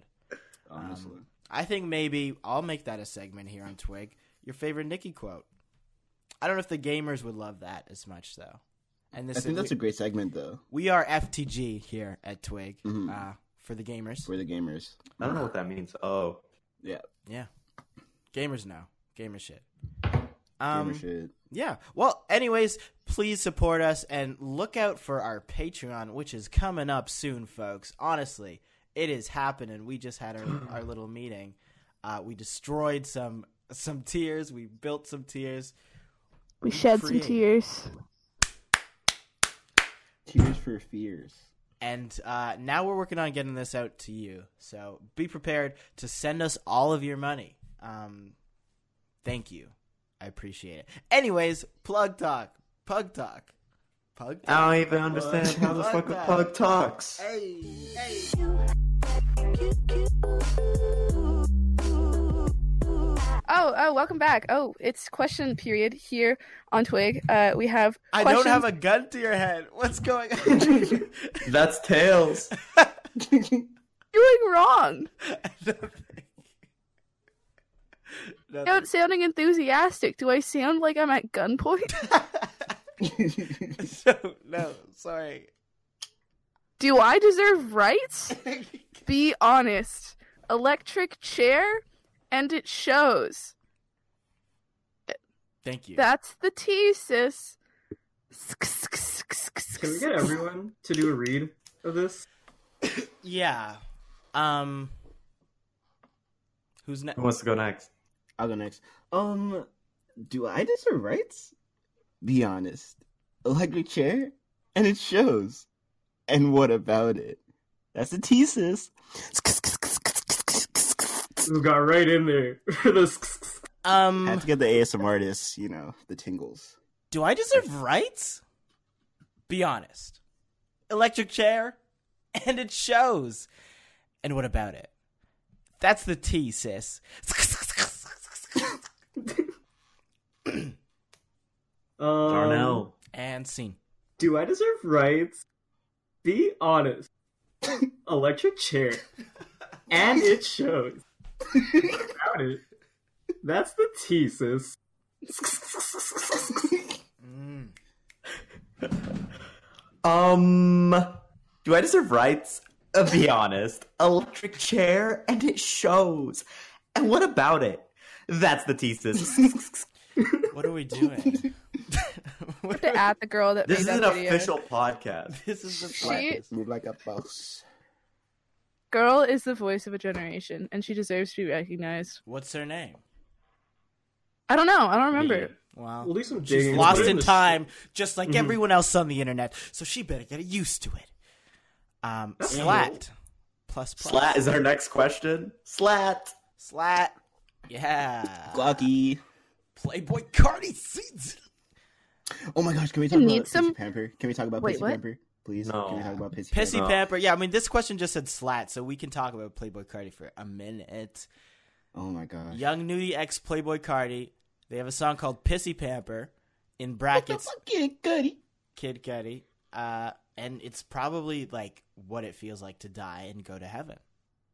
[SPEAKER 1] Um,
[SPEAKER 5] Honestly.
[SPEAKER 1] I think maybe I'll make that a segment here on Twig. Your favorite Nicki quote. I don't know if the gamers would love that as much though. And this
[SPEAKER 5] I think
[SPEAKER 1] we,
[SPEAKER 5] that's a great segment, though,
[SPEAKER 1] we are FTG here at Twig
[SPEAKER 5] Mhm.
[SPEAKER 1] uh, for the gamers.
[SPEAKER 5] for the gamers.
[SPEAKER 3] I don't know what that means. Oh.
[SPEAKER 1] Yeah, gamers know gamer shit.
[SPEAKER 5] Gamer
[SPEAKER 1] Um,
[SPEAKER 5] shit.
[SPEAKER 1] Yeah. Well, anyways, please support us and look out for our Patreon, which is coming up soon, folks. Honestly, it is happening. We just had our, our little meeting. Uh, we destroyed some some tiers. We built some tiers.
[SPEAKER 2] We shed some
[SPEAKER 1] Create.
[SPEAKER 2] tears.
[SPEAKER 5] Tears for fears.
[SPEAKER 1] And uh, now we're working on getting this out to you. So be prepared to send us all of your money. Um, thank you. I appreciate it. Anyways, plug talk. Pug talk. Pug talk.
[SPEAKER 3] I don't even understand how the fuck a pug talks.
[SPEAKER 1] Hey, hey.
[SPEAKER 2] Oh, oh, welcome back. Oh, it's question period here on Twig. Uh, we have.
[SPEAKER 1] I
[SPEAKER 2] questions.
[SPEAKER 1] don't have a gun to your head. What's going on?
[SPEAKER 3] That's tails.
[SPEAKER 2] Doing wrong. Without
[SPEAKER 1] Nothing.
[SPEAKER 2] sounding enthusiastic, do I sound like I'm at gunpoint?
[SPEAKER 1] So, no, sorry.
[SPEAKER 2] do I deserve rights? Be honest. Electric chair, and it shows.
[SPEAKER 1] Thank you.
[SPEAKER 2] That's the T, sis.
[SPEAKER 4] Can we get everyone to do a read of this?
[SPEAKER 1] yeah. Um. Who's next?
[SPEAKER 3] Who wants to go next?
[SPEAKER 5] I'll go next. Um, do I deserve rights? Be honest. Electric chair, and it shows. And what about it? That's the thesis.
[SPEAKER 4] We got right in there for this.
[SPEAKER 5] Had
[SPEAKER 1] Um.
[SPEAKER 5] to get the ASM artists, you know, the tingles.
[SPEAKER 1] Do I deserve rights? Be honest. Electric chair, and it shows. And what about it? That's the T, sis.
[SPEAKER 4] Um,
[SPEAKER 3] Darnell.
[SPEAKER 1] And scene.
[SPEAKER 4] Do I deserve rights? Be honest. Electric chair. And it shows. About it. That's the thesis.
[SPEAKER 1] Mm.
[SPEAKER 3] Um, do I deserve rights? Uh, be honest. Electric chair, and it shows. And what about it? That's the thesis.
[SPEAKER 1] What are we doing? What
[SPEAKER 2] to
[SPEAKER 1] are-
[SPEAKER 2] at the girl that
[SPEAKER 3] this is
[SPEAKER 2] made
[SPEAKER 3] an
[SPEAKER 2] that video.
[SPEAKER 3] official podcast.
[SPEAKER 1] this is the
[SPEAKER 2] She-
[SPEAKER 1] plan.
[SPEAKER 5] Move like a boss.
[SPEAKER 2] Girl is the voice of a generation, and she deserves to be recognized.
[SPEAKER 1] What's her name?
[SPEAKER 2] I don't know. I don't remember.
[SPEAKER 1] Wow.
[SPEAKER 4] We'll do some
[SPEAKER 1] She's
[SPEAKER 4] digging.
[SPEAKER 1] lost
[SPEAKER 4] Put it
[SPEAKER 1] in
[SPEAKER 4] the-
[SPEAKER 1] time, just like
[SPEAKER 4] Mhm.
[SPEAKER 1] everyone else on the internet. So she better get used to it. Um,
[SPEAKER 4] That's
[SPEAKER 1] slat. Plus plus.
[SPEAKER 3] Slat is our next question. Slat.
[SPEAKER 1] Slat. Yeah.
[SPEAKER 5] Glocky.
[SPEAKER 1] Playboy Cardi season.
[SPEAKER 5] Oh my gosh, can we talk
[SPEAKER 2] need
[SPEAKER 5] about Pissy
[SPEAKER 2] some-
[SPEAKER 5] Pamper? Can we talk about
[SPEAKER 2] Wait,
[SPEAKER 5] Pissy
[SPEAKER 2] what?
[SPEAKER 5] Pamper? Please?
[SPEAKER 3] No.
[SPEAKER 5] Can we talk about Pissy
[SPEAKER 1] Pissy
[SPEAKER 3] No.
[SPEAKER 1] Pamper. Yeah, I mean, this question just said slat, so we can talk about Playboy Cardi for a minute.
[SPEAKER 5] Oh my gosh.
[SPEAKER 1] Young Nudie X Playboy Cardi. They have a song called Pissy Pamper in brackets
[SPEAKER 5] fucking goody.
[SPEAKER 1] Kid Cudi. Uh, and it's probably like what it feels like to die and go to heaven.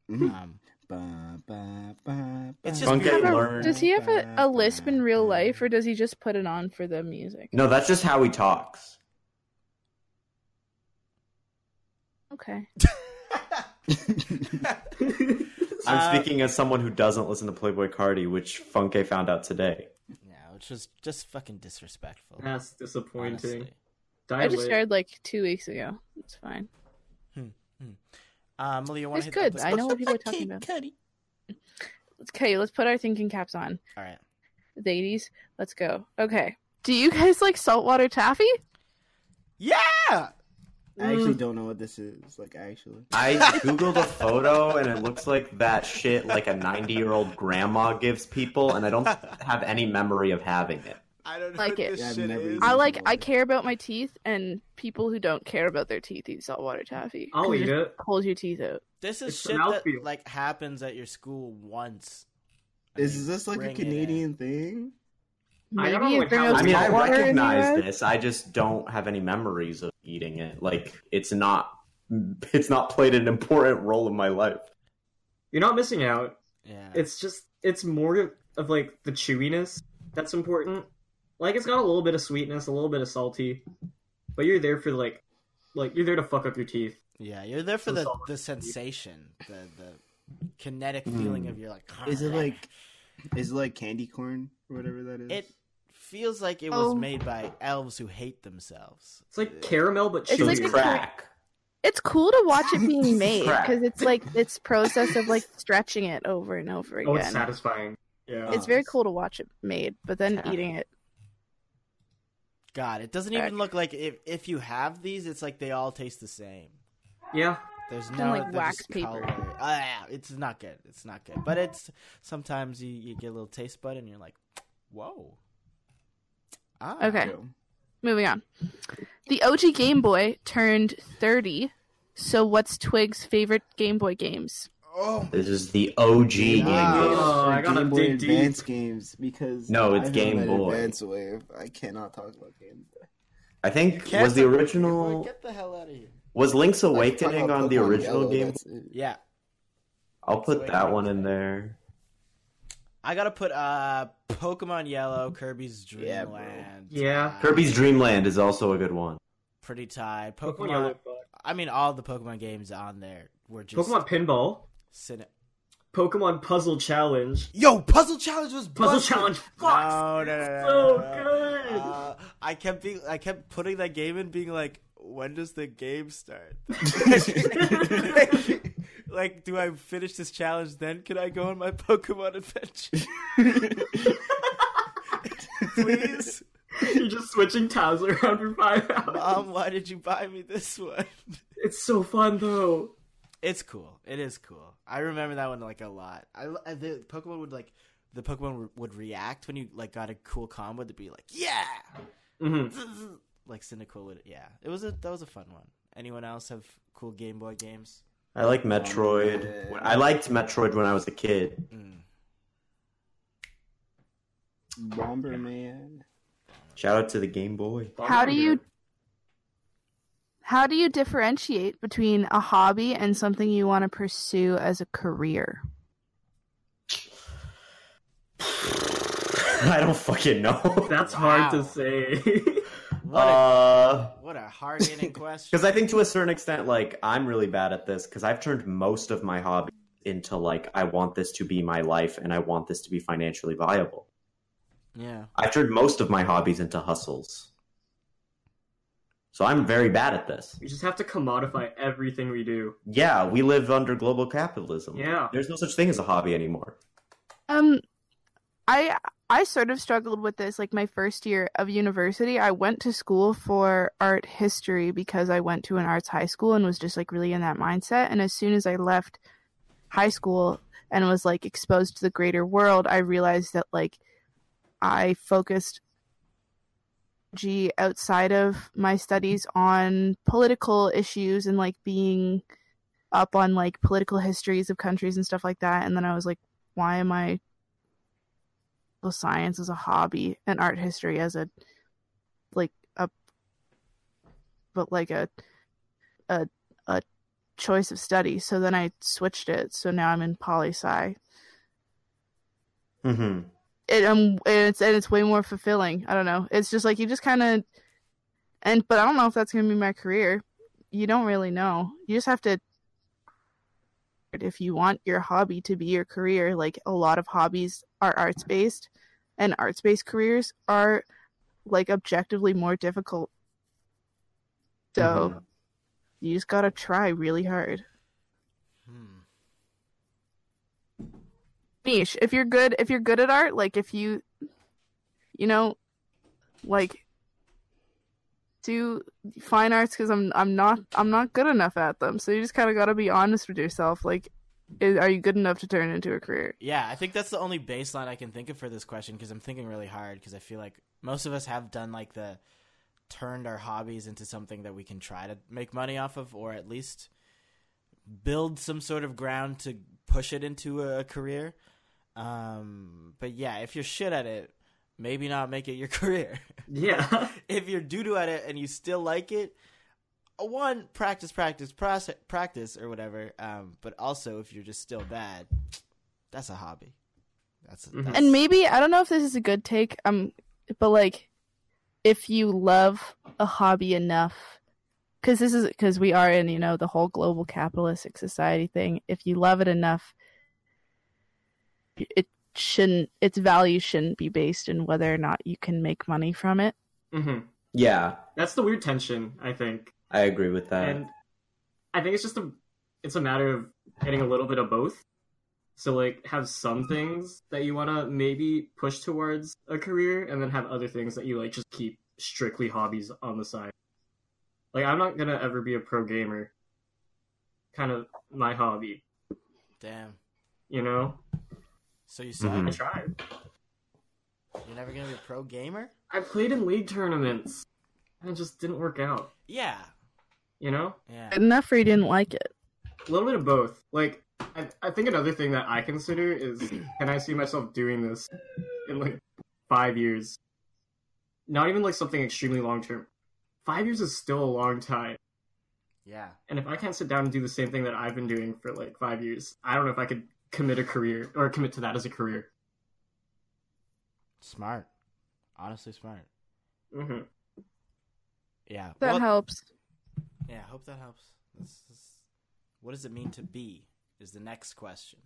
[SPEAKER 4] Hmm.
[SPEAKER 5] Mhm.
[SPEAKER 1] Um,
[SPEAKER 5] Ba, ba, ba,
[SPEAKER 1] It's just
[SPEAKER 5] ba, ba,
[SPEAKER 1] Don't get
[SPEAKER 5] ba,
[SPEAKER 3] learned.
[SPEAKER 2] Does he have a, a lisp in real life, or
[SPEAKER 5] ba.
[SPEAKER 2] does he just put it on for the music?
[SPEAKER 3] No, that's just how he talks.
[SPEAKER 2] Okay.
[SPEAKER 3] I'm
[SPEAKER 1] Uh,
[SPEAKER 3] speaking as someone who doesn't listen to Playboy Cardi, which Funke found out today.
[SPEAKER 1] yeah, which was just fucking disrespectful.
[SPEAKER 4] That's disappointing.
[SPEAKER 1] honestly.
[SPEAKER 2] I
[SPEAKER 4] Dilate.
[SPEAKER 2] just started like two weeks ago. It's fine.
[SPEAKER 1] Uh, Malia, want
[SPEAKER 2] It's
[SPEAKER 1] to hit
[SPEAKER 2] good.
[SPEAKER 1] That
[SPEAKER 2] I know what people are talking about. Okay, let's put our thinking caps on.
[SPEAKER 1] All right.
[SPEAKER 2] Ladies, let's go. Okay. Do you guys like saltwater taffy?
[SPEAKER 1] Yeah.
[SPEAKER 5] I
[SPEAKER 2] Mm.
[SPEAKER 5] actually don't know what this is. Like, actually.
[SPEAKER 3] I googled a photo and it looks like that shit like a 90 year old grandma gives people, and I don't have any memory of having it.
[SPEAKER 1] I don't know
[SPEAKER 2] Like
[SPEAKER 1] what
[SPEAKER 2] it.
[SPEAKER 1] this
[SPEAKER 5] Yeah, I've
[SPEAKER 1] shit
[SPEAKER 5] never
[SPEAKER 1] is.
[SPEAKER 5] eaten
[SPEAKER 2] I like I
[SPEAKER 5] Saltwater.
[SPEAKER 2] care about my teeth and people who don't care about their teeth eat saltwater taffy.
[SPEAKER 4] I'll
[SPEAKER 2] 'Cause
[SPEAKER 4] eat it.
[SPEAKER 2] Pulls your teeth out.
[SPEAKER 1] This is
[SPEAKER 4] It's the
[SPEAKER 1] shit that
[SPEAKER 4] mouthfeel.
[SPEAKER 1] like happens at your school once. I
[SPEAKER 5] Is
[SPEAKER 1] mean,
[SPEAKER 5] this like a
[SPEAKER 1] bring it in.
[SPEAKER 5] Canadian thing?
[SPEAKER 4] I
[SPEAKER 2] Maybe
[SPEAKER 4] don't know
[SPEAKER 2] if
[SPEAKER 4] what
[SPEAKER 2] there
[SPEAKER 4] happened.
[SPEAKER 2] was
[SPEAKER 3] I mean, I
[SPEAKER 2] saltwater in the US?
[SPEAKER 3] recognize this. I just don't have any memories of eating it. Like, it's not, it's not played an important role in my life.
[SPEAKER 4] You're not missing out.
[SPEAKER 1] Yeah.
[SPEAKER 4] It's just it's more of, of like the chewiness that's important. Like it's got a little bit of sweetness, a little bit of salty, but you're there for like like you're there to fuck up your teeth.
[SPEAKER 1] yeah, you're there for
[SPEAKER 4] Some
[SPEAKER 1] the,
[SPEAKER 4] saltwater
[SPEAKER 1] the sensation, the the kinetic feeling of you're like.
[SPEAKER 5] Hmm. Is it like. Is it like candy corn or whatever that is?
[SPEAKER 1] It feels like it was
[SPEAKER 2] Oh.
[SPEAKER 1] made by elves who hate themselves.
[SPEAKER 4] It's like caramel but
[SPEAKER 2] It's
[SPEAKER 4] chewy.
[SPEAKER 2] like
[SPEAKER 3] It's
[SPEAKER 2] a
[SPEAKER 3] crack.
[SPEAKER 2] It's cool to watch it being made
[SPEAKER 3] Crap.
[SPEAKER 2] because it's like it's process of like stretching it over and over
[SPEAKER 4] oh, it's
[SPEAKER 2] again.
[SPEAKER 4] satisfying. Yeah.
[SPEAKER 2] It's very cool to watch it made, but then
[SPEAKER 3] Yeah.
[SPEAKER 2] eating it.
[SPEAKER 1] God, it doesn't
[SPEAKER 2] Heck.
[SPEAKER 1] even look like if if you have these, it's like they all taste the same.
[SPEAKER 4] yeah.
[SPEAKER 1] There's
[SPEAKER 2] Kinda
[SPEAKER 1] no
[SPEAKER 2] like
[SPEAKER 1] they're
[SPEAKER 2] wax
[SPEAKER 1] just
[SPEAKER 2] paper.
[SPEAKER 1] colored. Ah, yeah, it's not good. It's not good. But it's sometimes you, you get a little taste bud and you're like, whoa. Ah,
[SPEAKER 2] Okay. Moving on. The OG Game Boy turned 30. So what's Twig's favorite Game Boy games?
[SPEAKER 1] Oh,
[SPEAKER 3] This is the OG game.
[SPEAKER 5] Games
[SPEAKER 1] Wow.
[SPEAKER 3] Boy.
[SPEAKER 4] Oh,
[SPEAKER 5] or
[SPEAKER 4] I gotta
[SPEAKER 5] Game Boy
[SPEAKER 4] dig deep.
[SPEAKER 5] Advance games because
[SPEAKER 3] No, it's
[SPEAKER 5] I have
[SPEAKER 3] Game
[SPEAKER 5] an
[SPEAKER 3] Boy.
[SPEAKER 5] Advance wave. I cannot talk about Game Boy.
[SPEAKER 3] I think
[SPEAKER 1] can't
[SPEAKER 3] was the
[SPEAKER 1] talk about
[SPEAKER 3] original
[SPEAKER 1] Get the hell out of here.
[SPEAKER 3] was Link's
[SPEAKER 5] I can talk
[SPEAKER 3] Awakening
[SPEAKER 5] about
[SPEAKER 3] on the
[SPEAKER 5] Pokemon
[SPEAKER 3] original
[SPEAKER 5] Yellow,
[SPEAKER 3] game.
[SPEAKER 5] that's it.
[SPEAKER 1] Yeah.
[SPEAKER 3] I'll put
[SPEAKER 1] Link's
[SPEAKER 3] that
[SPEAKER 1] Awakening.
[SPEAKER 3] one in there.
[SPEAKER 1] I gotta put uh Pokemon Yellow, Kirby's Dream
[SPEAKER 5] Yeah, bro.
[SPEAKER 1] Land.
[SPEAKER 4] Yeah.
[SPEAKER 1] uh,
[SPEAKER 3] Kirby's Dream Land is also a good one.
[SPEAKER 1] pretty tied. Pokemon.
[SPEAKER 4] Pokemon,
[SPEAKER 1] I mean, all the Pokemon games on there were just.
[SPEAKER 4] Pokemon Pinball,
[SPEAKER 1] cine-
[SPEAKER 4] Pokemon Puzzle Challenge,
[SPEAKER 1] Yo, Puzzle Challenge was
[SPEAKER 4] Puzzle
[SPEAKER 1] busted!
[SPEAKER 4] Challenge. Fuck.
[SPEAKER 1] No, no, no, no, no,
[SPEAKER 4] So
[SPEAKER 1] no.
[SPEAKER 4] good.
[SPEAKER 1] Uh, I kept being, I kept putting that game in, being like, when does the game start? like, do I finish this challenge? Then can I go on my Pokemon adventure? Please,
[SPEAKER 4] You're just switching tabs around for five hours.
[SPEAKER 2] Um,
[SPEAKER 1] mom, why did you buy me this one?
[SPEAKER 4] It's so fun though.
[SPEAKER 1] It's cool. It is cool. I remember that one like a lot. I lo- and the Pokemon would like the Pokemon would- would react when you like got a cool combo. They'd be like, yeah,
[SPEAKER 4] hmm
[SPEAKER 1] like Cynical would. Yeah, it was a that was a fun one. Anyone else have cool Game Boy games?
[SPEAKER 3] I like Metroid.
[SPEAKER 5] yeah.
[SPEAKER 3] I liked Metroid when I was a kid.
[SPEAKER 1] Mm.
[SPEAKER 5] Bomberman.
[SPEAKER 3] Shout out to the Game Boy.
[SPEAKER 2] How do you- How do you differentiate between a hobby and something you want to pursue as a career?
[SPEAKER 3] I don't fucking know.
[SPEAKER 4] That's hard to
[SPEAKER 1] Wow.
[SPEAKER 4] say.
[SPEAKER 1] What a,
[SPEAKER 3] Uh,
[SPEAKER 1] what a hard hitting question.
[SPEAKER 3] Because I think to a certain extent, like I'm really bad at this because I've turned most of my hobby into like I want this to be my life and I want this to be financially viable.
[SPEAKER 1] yeah.
[SPEAKER 3] I've turned most of my hobbies into hustles. So I'm very bad at this.
[SPEAKER 4] we just have to commodify everything we do.
[SPEAKER 3] Yeah, we live under global capitalism.
[SPEAKER 4] Yeah.
[SPEAKER 3] There's no such thing as a hobby anymore.
[SPEAKER 2] Um, I I sort of struggled with this. Like my first year of university, I went to school for art history because I went to an arts high school and was just like really in that mindset. And as soon as I left high school and was like exposed to the greater world, I realized that like I focused G outside of my studies on political issues and like being up on like political histories of countries and stuff like that. And then I was like, why am I well, science as a hobby and art history as a like a but like a a a choice of study. So then I switched it. So now I'm in poli sci.
[SPEAKER 3] hmm
[SPEAKER 2] It um it's and it's way more fulfilling. I don't know. It's just like you just kind of and but I don't know if that's gonna be my career. You don't really know. You just have to if you want your hobby to be your career, like a lot of hobbies are arts based, and arts based careers are like objectively more difficult. So you just gotta try really hard.
[SPEAKER 1] Hmm.
[SPEAKER 2] Niche. If you're good, if you're good at art, like if you, you know, like do fine arts because I'm I'm not I'm not good enough at them. So you just kind of gotta be honest with yourself. Like, i are you good enough to turn into a career?
[SPEAKER 1] Yeah, I think that's the only baseline I can think of for this question because I'm thinking really hard because I feel like most of us have done like the turned our hobbies into something that we can try to make money off of or at least build some sort of ground to push it into a career. Um, but yeah, if you're shit at it, maybe not make it your career.
[SPEAKER 4] Yeah.
[SPEAKER 1] if you're doo doo at it and you still like it, uh, one practice, practice, proce- practice, or whatever. Um, but also, if you're just still bad, that's a hobby. That's,
[SPEAKER 3] Mm-hmm.
[SPEAKER 4] Mhm.
[SPEAKER 1] that's
[SPEAKER 2] and maybe I don't know if this is a good take, um, but like, if you love a hobby enough, because this is because we are in you know the whole global capitalistic society thing. If you love it enough, it shouldn't its value shouldn't be based in whether or not you can make money from it.
[SPEAKER 4] hmm
[SPEAKER 3] Yeah,
[SPEAKER 4] That's the weird tension, I think.
[SPEAKER 3] I agree with that.
[SPEAKER 4] and I think it's just a it's a matter of getting a little bit of both. So like have some things that you want to maybe push towards a career and then have other things that you like just keep strictly hobbies on the side. Like I'm not going to ever be a pro gamer. Kind of my hobby,
[SPEAKER 1] damn.
[SPEAKER 4] you know?
[SPEAKER 1] So you suck.
[SPEAKER 4] I
[SPEAKER 3] Mhm.
[SPEAKER 4] tried.
[SPEAKER 1] You're never gonna be a pro gamer.
[SPEAKER 4] I played in league tournaments and it just didn't work out,
[SPEAKER 1] Yeah,
[SPEAKER 4] you know?
[SPEAKER 1] yeah.
[SPEAKER 2] Enough for you didn't like it.
[SPEAKER 4] a little bit of both. Like, I, I think another thing that I consider is can I see myself doing this in like five years? Not even like something extremely long term. Five years is still a long time.
[SPEAKER 1] Yeah.
[SPEAKER 4] And if I can't sit down and do the same thing that I've been doing for like five years, I don't know if I could commit a career or commit to that as a career.
[SPEAKER 1] Smart. Honestly, smart.
[SPEAKER 4] hmm
[SPEAKER 3] Mm-hmm.
[SPEAKER 1] Yeah.
[SPEAKER 2] That
[SPEAKER 1] Well-
[SPEAKER 2] helps.
[SPEAKER 1] Yeah. I Hope that helps. This is- What does it mean to be? Is the next question.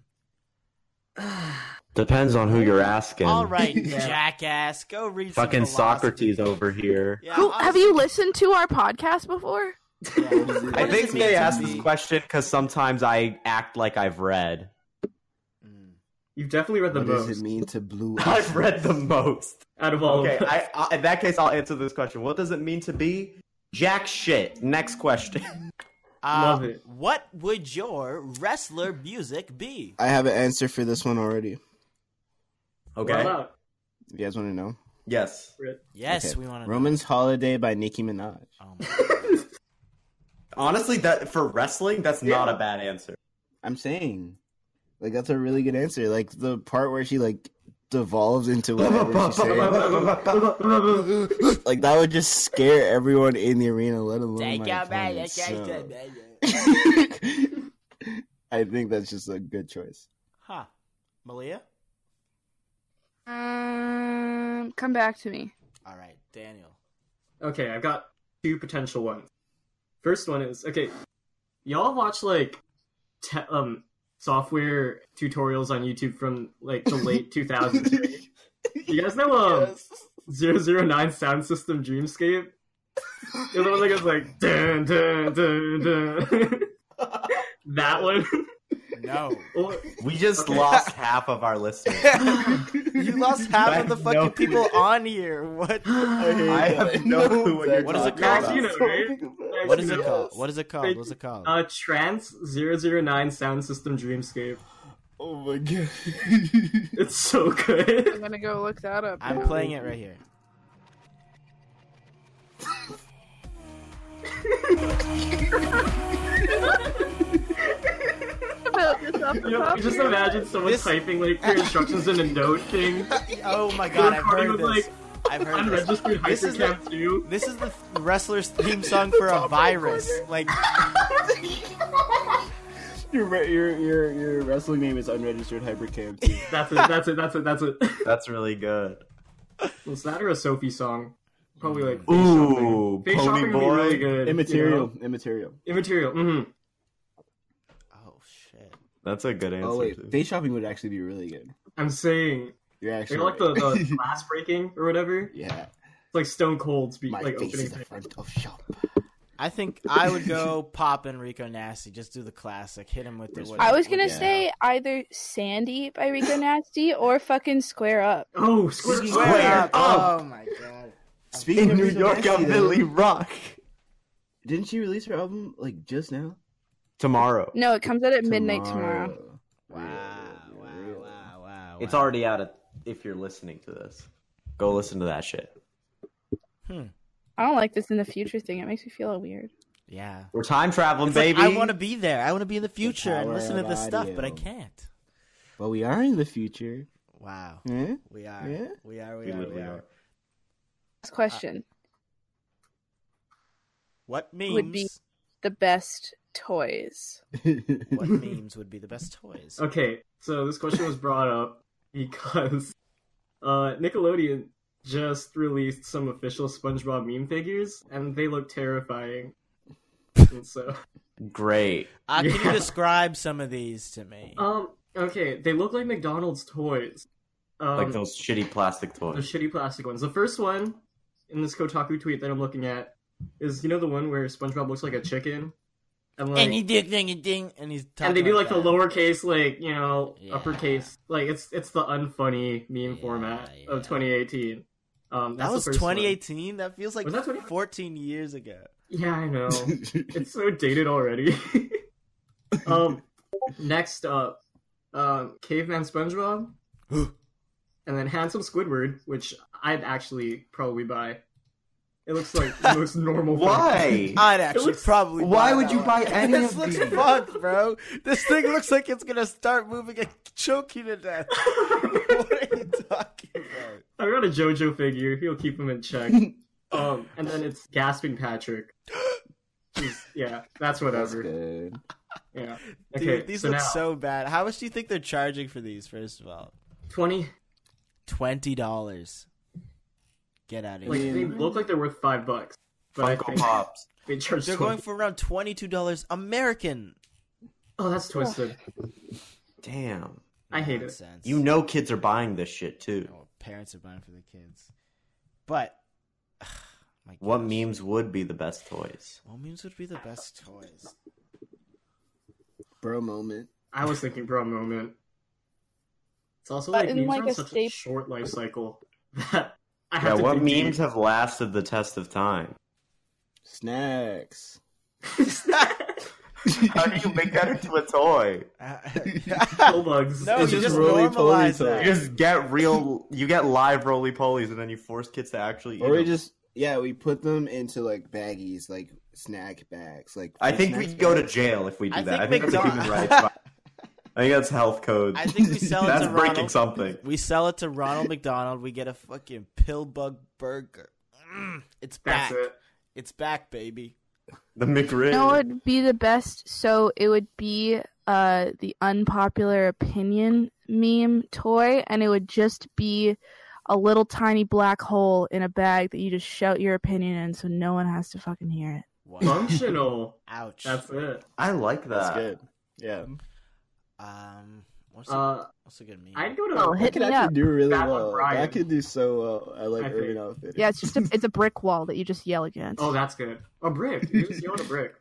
[SPEAKER 3] Depends on who you're asking.
[SPEAKER 1] All right,
[SPEAKER 4] Yeah.
[SPEAKER 1] jackass. Go read some
[SPEAKER 3] Fucking
[SPEAKER 1] philosophy.
[SPEAKER 3] Socrates over here.
[SPEAKER 1] Yeah,
[SPEAKER 2] Who, have
[SPEAKER 1] honestly-
[SPEAKER 2] you listened to our podcast before?
[SPEAKER 1] Yeah. What
[SPEAKER 3] I
[SPEAKER 1] does
[SPEAKER 3] think
[SPEAKER 1] it mean
[SPEAKER 3] they
[SPEAKER 1] to
[SPEAKER 3] asked
[SPEAKER 1] be-
[SPEAKER 3] this question because sometimes I act like I've read.
[SPEAKER 1] Mm.
[SPEAKER 4] You've definitely read the
[SPEAKER 5] What does it
[SPEAKER 4] most
[SPEAKER 5] mean to blue?
[SPEAKER 3] I've read the most.
[SPEAKER 4] out of all
[SPEAKER 3] Okay,
[SPEAKER 4] of us.
[SPEAKER 3] I, I, in that case, I'll answer this question. What does it mean to be jack shit? Next question.
[SPEAKER 1] Uh,
[SPEAKER 4] Love it.
[SPEAKER 1] What would your wrestler music be?
[SPEAKER 5] I have an answer for this one already.
[SPEAKER 3] Okay.
[SPEAKER 4] Well, uh,
[SPEAKER 5] If you guys want to know,
[SPEAKER 3] yes.
[SPEAKER 1] Yes,
[SPEAKER 5] Okay.
[SPEAKER 1] we want to.
[SPEAKER 5] Roman's Holiday by Nicki Minaj.
[SPEAKER 1] Oh my.
[SPEAKER 3] Honestly, that for wrestling, that's not a bad answer.
[SPEAKER 5] I'm saying, like, that's a really good answer. Like the part where she like devolves into whatever she's saying.
[SPEAKER 3] That's
[SPEAKER 5] like that would just scare everyone in the arena, let alone
[SPEAKER 1] Take
[SPEAKER 5] my
[SPEAKER 1] your money,
[SPEAKER 5] opponent,
[SPEAKER 1] take your
[SPEAKER 5] so-
[SPEAKER 1] money.
[SPEAKER 5] I think that's just a good choice.
[SPEAKER 1] Huh. Malia?
[SPEAKER 2] Um, come back to me.
[SPEAKER 1] All right, Daniel.
[SPEAKER 4] Okay, I've got two potential ones. First one is okay. Y'all watch like te- um software tutorials on YouTube from like the late 2000s. right? You guys know um zero zero nine sound system Dreamscape. The other one that goes like dun dun dun dun. that one.
[SPEAKER 1] No.
[SPEAKER 4] or,
[SPEAKER 3] we just
[SPEAKER 4] Okay.
[SPEAKER 3] lost half of our listeners.
[SPEAKER 1] you lost half of the
[SPEAKER 3] I have no
[SPEAKER 1] fucking people on here. What?
[SPEAKER 5] I
[SPEAKER 3] have no clue what you're
[SPEAKER 1] What is it
[SPEAKER 4] called?
[SPEAKER 1] What is it called? What is it called? What's it called?
[SPEAKER 4] uh, trance 009 sound system Dreamscape.
[SPEAKER 5] Oh my god.
[SPEAKER 4] It's so
[SPEAKER 2] I'm
[SPEAKER 4] good.
[SPEAKER 2] gonna go look that up.
[SPEAKER 1] I'm
[SPEAKER 2] now.
[SPEAKER 1] playing it right here.
[SPEAKER 4] You just imagine someone
[SPEAKER 1] This-
[SPEAKER 4] typing like their instructions in a note thing.
[SPEAKER 1] Oh my god, I've
[SPEAKER 4] Recording
[SPEAKER 1] heard
[SPEAKER 4] with,
[SPEAKER 1] this. I've heard this.
[SPEAKER 4] Unregistered
[SPEAKER 1] This is
[SPEAKER 4] hypercamp 2.
[SPEAKER 1] This is the wrestler's theme song for a virus. Like,
[SPEAKER 5] Your, re- your your your wrestling name is unregistered hypercam. too.
[SPEAKER 4] That's it, that's it, that's it, that's it.
[SPEAKER 3] That's really good.
[SPEAKER 4] Was that or a Sophie song? Probably like Face Shopping.
[SPEAKER 3] Ooh,
[SPEAKER 4] Face
[SPEAKER 3] Pony
[SPEAKER 4] Shopping would be
[SPEAKER 3] Boy.
[SPEAKER 4] really good. you
[SPEAKER 5] immaterial,
[SPEAKER 4] know?
[SPEAKER 5] immaterial.
[SPEAKER 4] Immaterial. Mm-hmm.
[SPEAKER 1] oh shit.
[SPEAKER 3] That's a good answer.
[SPEAKER 5] Oh
[SPEAKER 3] too.
[SPEAKER 5] wait, day shopping would actually be really good.
[SPEAKER 4] I'm saying.
[SPEAKER 5] You're
[SPEAKER 4] They
[SPEAKER 5] actually
[SPEAKER 4] like the,
[SPEAKER 5] right.
[SPEAKER 4] the glass breaking or whatever. It's
[SPEAKER 5] yeah.
[SPEAKER 4] like Stone Cold speak,
[SPEAKER 5] My
[SPEAKER 4] like
[SPEAKER 5] face
[SPEAKER 4] opening.
[SPEAKER 5] is the front of shop.
[SPEAKER 1] I think I would go pop Enrico Nasty. Just do the classic. Hit him with the.
[SPEAKER 2] I was gonna
[SPEAKER 5] Yeah.
[SPEAKER 2] say either Sandy by Rico Nasty or fucking Square Up.
[SPEAKER 4] Oh, square,
[SPEAKER 5] Square
[SPEAKER 1] Square
[SPEAKER 5] up.
[SPEAKER 1] up. Oh my god.
[SPEAKER 5] Um, Speaking of Rita Nasty, though,
[SPEAKER 3] Rock.
[SPEAKER 5] Didn't she release her album like just now?
[SPEAKER 3] Tomorrow.
[SPEAKER 2] No, it comes out at midnight tomorrow.
[SPEAKER 1] Wow. Wow. Wow. Wow.
[SPEAKER 3] It's
[SPEAKER 1] wow.
[SPEAKER 3] already out of, if you're listening to this. Go listen to that shit.
[SPEAKER 2] I don't like this in the future thing. It makes me feel weird.
[SPEAKER 1] Yeah.
[SPEAKER 3] We're time traveling,
[SPEAKER 1] It's like,
[SPEAKER 3] baby.
[SPEAKER 1] I want to be there. I want to be in the future and
[SPEAKER 5] power
[SPEAKER 1] listen to
[SPEAKER 5] of
[SPEAKER 1] this stuff, but I
[SPEAKER 5] audio.
[SPEAKER 1] can't.
[SPEAKER 5] But we are in the future.
[SPEAKER 1] Wow.
[SPEAKER 5] Eh?
[SPEAKER 1] We are.
[SPEAKER 5] Yeah?
[SPEAKER 1] We are. We,
[SPEAKER 3] We
[SPEAKER 1] are. We
[SPEAKER 3] literally
[SPEAKER 1] are.
[SPEAKER 3] are.
[SPEAKER 2] Last question:
[SPEAKER 1] What memes?
[SPEAKER 2] Would be- the best toys.
[SPEAKER 1] What memes would be the best toys?
[SPEAKER 4] Okay, so this question was brought up because uh, Nickelodeon just released some official SpongeBob meme figures, and they look terrifying. and so,
[SPEAKER 3] Great.
[SPEAKER 1] Uh, can you
[SPEAKER 4] Yeah.
[SPEAKER 1] describe some of these to me?
[SPEAKER 4] um, okay, they look like McDonald's toys. Um,
[SPEAKER 3] like those shitty plastic
[SPEAKER 4] the
[SPEAKER 3] toys.
[SPEAKER 4] shitty plastic ones. The first one in this Kotaku tweet that I'm looking at is you know the one where SpongeBob looks like a chicken, and like
[SPEAKER 1] and he ding ding and ding, and he's talking
[SPEAKER 4] and they do like the
[SPEAKER 1] that.
[SPEAKER 4] lowercase, like you know,
[SPEAKER 1] Yeah.
[SPEAKER 4] uppercase. Like it's it's the unfunny meme
[SPEAKER 1] Yeah,
[SPEAKER 4] format
[SPEAKER 1] yeah.
[SPEAKER 4] of 2018. Um, that's
[SPEAKER 1] That
[SPEAKER 4] the
[SPEAKER 1] was
[SPEAKER 4] first one.
[SPEAKER 1] 2018. That feels like
[SPEAKER 4] Was that 2018?
[SPEAKER 1] 14 years ago.
[SPEAKER 4] Yeah, I know. it's so dated already. um, next up, um, Caveman SpongeBob, and then Handsome Squidward, which I'd actually probably buy. It looks like the most normal. thing.
[SPEAKER 3] Why?
[SPEAKER 1] I'd actually
[SPEAKER 4] looks-
[SPEAKER 1] probably.
[SPEAKER 3] Why
[SPEAKER 1] buy
[SPEAKER 3] would
[SPEAKER 1] that
[SPEAKER 3] you
[SPEAKER 1] one.
[SPEAKER 3] buy any
[SPEAKER 1] this
[SPEAKER 3] of
[SPEAKER 1] looks
[SPEAKER 3] these?
[SPEAKER 1] fucked, bro. This thing looks like it's gonna start moving and choke you to death. what are you talking about?
[SPEAKER 4] I got a JoJo figure. He'll keep him in check. um, and then it's Gasping Patrick. He's- yeah, that's
[SPEAKER 5] That's
[SPEAKER 4] whatever.
[SPEAKER 5] good.
[SPEAKER 4] Yeah.
[SPEAKER 1] Dude,
[SPEAKER 4] Okay.
[SPEAKER 1] these
[SPEAKER 4] so
[SPEAKER 1] look
[SPEAKER 4] now,
[SPEAKER 1] so bad. How much do you think they're charging for these? First of all,
[SPEAKER 4] twenty.
[SPEAKER 1] twenty dollars. Get out of
[SPEAKER 4] Like
[SPEAKER 1] here.
[SPEAKER 4] they look like they're worth five bucks. But I
[SPEAKER 3] Funko
[SPEAKER 4] think
[SPEAKER 3] Pops.
[SPEAKER 4] They charge.
[SPEAKER 1] They're
[SPEAKER 4] 20.
[SPEAKER 1] going for around twenty-two dollars American.
[SPEAKER 4] Oh, that's twisted.
[SPEAKER 3] Damn.
[SPEAKER 4] I hate it.
[SPEAKER 1] Nonsense.
[SPEAKER 3] You know kids are buying this shit too.
[SPEAKER 1] Oh, parents are buying for their kids. But my God.
[SPEAKER 3] What memes would be the best toys?
[SPEAKER 1] What memes would be the best toys?
[SPEAKER 5] Bro moment.
[SPEAKER 4] I was thinking bro moment. It's also
[SPEAKER 2] But
[SPEAKER 4] like
[SPEAKER 2] in,
[SPEAKER 4] memes
[SPEAKER 2] like,
[SPEAKER 4] are on
[SPEAKER 2] a
[SPEAKER 4] such a
[SPEAKER 2] staple-
[SPEAKER 4] short life cycle that I
[SPEAKER 3] Yeah,
[SPEAKER 4] have to
[SPEAKER 3] what
[SPEAKER 4] dig
[SPEAKER 3] memes have lasted the test of time?
[SPEAKER 5] Snacks.
[SPEAKER 4] deep.
[SPEAKER 3] How do you make that into a toy?
[SPEAKER 1] Uh,
[SPEAKER 4] Bull bugs.
[SPEAKER 1] no,
[SPEAKER 5] It's
[SPEAKER 1] you
[SPEAKER 5] just
[SPEAKER 1] just
[SPEAKER 5] roly-poly
[SPEAKER 1] normalize
[SPEAKER 5] toys.
[SPEAKER 1] that.
[SPEAKER 3] You just get real. You get live roly polies, and then you force kids to actually. Eat
[SPEAKER 5] Or we
[SPEAKER 3] them.
[SPEAKER 5] just yeah, we put them into like baggies, like snack bags, like
[SPEAKER 3] I think we
[SPEAKER 5] snack
[SPEAKER 3] go to
[SPEAKER 5] bags.
[SPEAKER 3] jail if we do
[SPEAKER 1] I
[SPEAKER 3] that.
[SPEAKER 1] think
[SPEAKER 3] I think that's a
[SPEAKER 1] McDonald's.
[SPEAKER 3] human rights. vi- I think that's health code.
[SPEAKER 1] I think we sell it
[SPEAKER 3] that's
[SPEAKER 1] to
[SPEAKER 3] breaking
[SPEAKER 1] Ronald.
[SPEAKER 3] something.
[SPEAKER 1] We sell it to Ronald McDonald. We get a fucking pill bug burger. Mm, it's back.
[SPEAKER 4] That's it.
[SPEAKER 1] It's back, baby.
[SPEAKER 3] The McRib.
[SPEAKER 2] No, it would be the best. So it would be uh the unpopular opinion meme toy, and it would just be a little tiny black hole in a bag that you just shout your opinion in, so no one has to fucking hear it.
[SPEAKER 1] Wow.
[SPEAKER 4] Functional.
[SPEAKER 1] Ouch.
[SPEAKER 4] That's it.
[SPEAKER 3] I like
[SPEAKER 5] That's
[SPEAKER 3] that.
[SPEAKER 5] good. Yeah.
[SPEAKER 1] Um. What's,
[SPEAKER 4] Uh,
[SPEAKER 1] a, what's a good meme?
[SPEAKER 4] I'd go to.
[SPEAKER 2] Oh,
[SPEAKER 5] That
[SPEAKER 2] hit
[SPEAKER 5] could
[SPEAKER 2] me
[SPEAKER 5] actually
[SPEAKER 2] up.
[SPEAKER 5] do really
[SPEAKER 4] That one,
[SPEAKER 5] well.
[SPEAKER 4] Brian.
[SPEAKER 5] That could do so well. I like
[SPEAKER 4] I
[SPEAKER 5] Urban
[SPEAKER 4] think.
[SPEAKER 5] Outfitters.
[SPEAKER 2] Yeah, it's just a, it's a brick wall that you just yell against.
[SPEAKER 4] Oh, that's good. A brick. You just yelled a brick.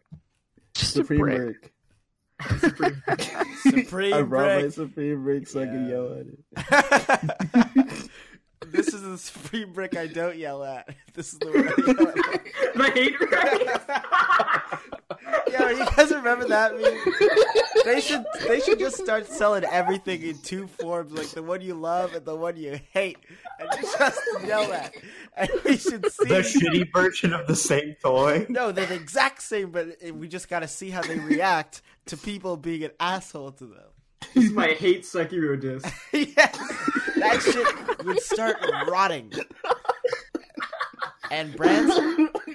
[SPEAKER 2] just a
[SPEAKER 5] Supreme
[SPEAKER 2] brick.
[SPEAKER 5] Brick. I
[SPEAKER 1] Supreme
[SPEAKER 5] brought my
[SPEAKER 1] break.
[SPEAKER 5] Supreme Brick so I could
[SPEAKER 1] Yeah.
[SPEAKER 5] yell at it.
[SPEAKER 1] this is the Supreme brick I don't yell at. This is the one I yell at.
[SPEAKER 4] the hate race.
[SPEAKER 1] Yeah, you guys remember that meme? They should they should just start selling everything in two forms, like the one you love and the one you hate, and you just yell at. And we should see.
[SPEAKER 3] The shitty version of the same toy.
[SPEAKER 1] no, they're the exact same, but it- we just got to see how they react to people being an asshole to them.
[SPEAKER 4] this is my hate Sekiro disc.
[SPEAKER 1] yes, that shit would start rotting. And brands,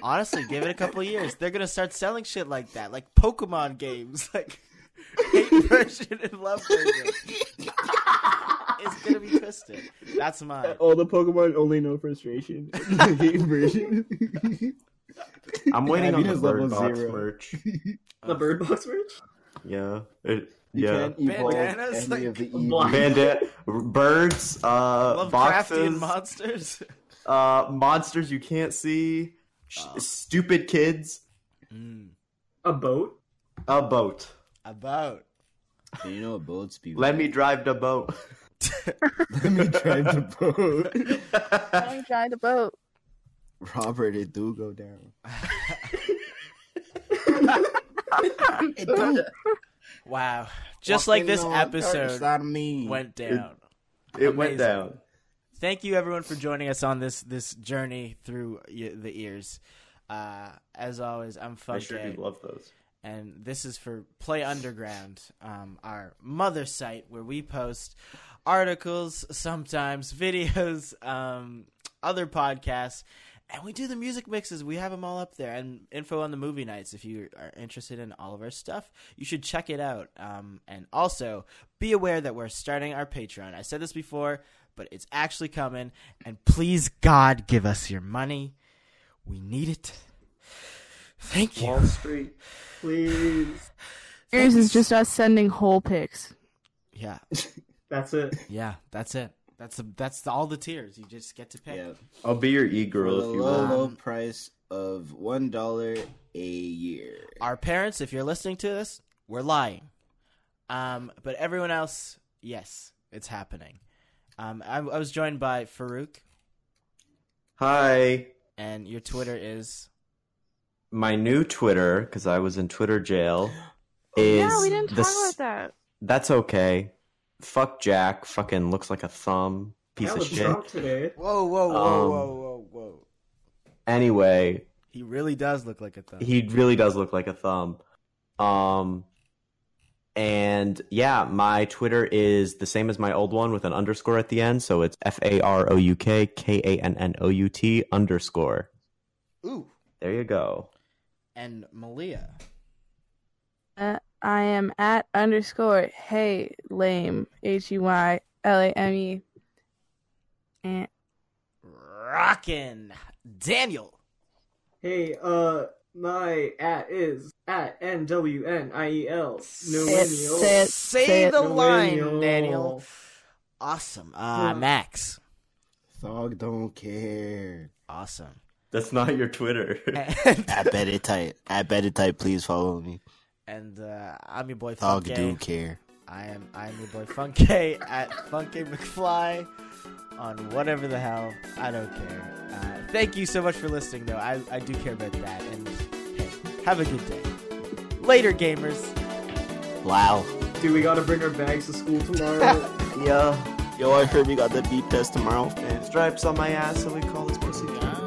[SPEAKER 1] honestly, give it a couple of years. They're gonna start selling shit like that, like Pokemon games, like hate version and love version. It's gonna be twisted. That's mine.
[SPEAKER 5] All the Pokemon only know frustration. The game version.
[SPEAKER 3] I'm waiting on the
[SPEAKER 5] Vita's
[SPEAKER 3] bird
[SPEAKER 5] level
[SPEAKER 3] box
[SPEAKER 5] zero.
[SPEAKER 3] merch. Uh,
[SPEAKER 4] The bird box merch?
[SPEAKER 3] Yeah. It-
[SPEAKER 5] You
[SPEAKER 3] yeah.
[SPEAKER 5] can't evolve
[SPEAKER 1] Bandanas,
[SPEAKER 5] any
[SPEAKER 1] like,
[SPEAKER 5] of the
[SPEAKER 4] block.
[SPEAKER 5] evil.
[SPEAKER 3] Bandit, birds, uh,
[SPEAKER 1] Lovecraftian
[SPEAKER 3] boxes,
[SPEAKER 1] monsters.
[SPEAKER 3] uh, monsters you can't see, sh-
[SPEAKER 2] Ah.
[SPEAKER 1] Oh.
[SPEAKER 3] stupid kids,
[SPEAKER 1] Mm,
[SPEAKER 4] A boat?
[SPEAKER 3] a boat.
[SPEAKER 1] about
[SPEAKER 5] You know what boats be?
[SPEAKER 3] Let me drive the boat.
[SPEAKER 5] Let me drive the boat.
[SPEAKER 2] Let me try the boat.
[SPEAKER 5] Robert, it do go down. It do.
[SPEAKER 1] wow, just like this
[SPEAKER 5] Walking on dark
[SPEAKER 1] episode
[SPEAKER 5] side of me.
[SPEAKER 1] went down.
[SPEAKER 3] it went
[SPEAKER 1] Amazing.
[SPEAKER 3] down.
[SPEAKER 1] thank you everyone for joining us on this this journey through y- the ears. Uh, as always, I'm
[SPEAKER 3] I
[SPEAKER 1] Funk
[SPEAKER 3] sure
[SPEAKER 1] Ed,
[SPEAKER 3] do love those.
[SPEAKER 1] and this is for Play Underground, um, our mother site where we post articles, sometimes videos, um, other podcasts, and we do the music mixes. We have them all up there, and info on the movie nights. If you are interested in all of our stuff, you should check it out. Um, and also be aware that we're starting our Patreon. I said this before, but it's actually coming. And please, God, give us your money. We need it. Thank you.
[SPEAKER 3] Wall Street.
[SPEAKER 4] Please.
[SPEAKER 2] Yours is just us sending whole pics.
[SPEAKER 1] Yeah,
[SPEAKER 4] That's it.
[SPEAKER 1] yeah, that's it. That's the that's the, all the tiers. You just get to pick.
[SPEAKER 5] Yeah.
[SPEAKER 3] I'll be your e
[SPEAKER 5] For the
[SPEAKER 3] girl if you
[SPEAKER 5] low,
[SPEAKER 3] want.
[SPEAKER 5] low price of one dollar a year.
[SPEAKER 1] Our parents, if you're listening to this, we're lying. Um, but everyone else, yes, it's happening. Um, I, I was joined by Farouk,
[SPEAKER 3] Hi.
[SPEAKER 1] and your Twitter is
[SPEAKER 3] My new Twitter, because I was in Twitter jail, is
[SPEAKER 2] Yeah, we didn't
[SPEAKER 3] the
[SPEAKER 2] talk
[SPEAKER 3] s-
[SPEAKER 2] about that.
[SPEAKER 3] That's okay. Fuck Jack. Fucking looks like a thumb. Piece
[SPEAKER 4] I
[SPEAKER 3] of
[SPEAKER 4] was
[SPEAKER 3] shit.
[SPEAKER 4] drunk today.
[SPEAKER 1] whoa, whoa,
[SPEAKER 3] whoa, Um, whoa,
[SPEAKER 1] whoa.
[SPEAKER 3] Anyway,
[SPEAKER 1] He really does look like a thumb.
[SPEAKER 3] he really does look like a thumb. Um, and yeah, my Twitter is the same as my old one with an underscore at the end, so it's F A R O U K K A N N O U T underscore.
[SPEAKER 1] Ooh,
[SPEAKER 3] There you go.
[SPEAKER 1] and Malia.
[SPEAKER 2] Uh, I am at underscore hey lame h e y l a m e. And
[SPEAKER 1] Rockin' Daniel.
[SPEAKER 4] Hey, uh, my at is at N W N I E L.
[SPEAKER 2] Say it,
[SPEAKER 4] Millennial.
[SPEAKER 1] Say,
[SPEAKER 2] say it.
[SPEAKER 1] the line,
[SPEAKER 4] Millennial.
[SPEAKER 1] Daniel. Awesome. Uh,
[SPEAKER 4] Hmm.
[SPEAKER 1] Max.
[SPEAKER 5] Thog don't care.
[SPEAKER 1] Awesome.
[SPEAKER 3] That's not your Twitter.
[SPEAKER 1] And,
[SPEAKER 5] I bet it tight. I bet it tight. Please follow me.
[SPEAKER 1] and uh, I'm your boy
[SPEAKER 5] Thog do
[SPEAKER 1] Funky.
[SPEAKER 5] care.
[SPEAKER 1] I am I am your boy Funky at Funky McFly on whatever the hell. I don't care. Uh, thank you so much for listening, though. I, I do care about that. And hey, have a good day. Later, gamers.
[SPEAKER 5] Wow.
[SPEAKER 4] Dude, we gotta bring our bags to school tomorrow.
[SPEAKER 3] yeah.
[SPEAKER 5] Yo, I heard we got the beat test tomorrow. Man.
[SPEAKER 3] Stripes on my ass, so we call this pussy.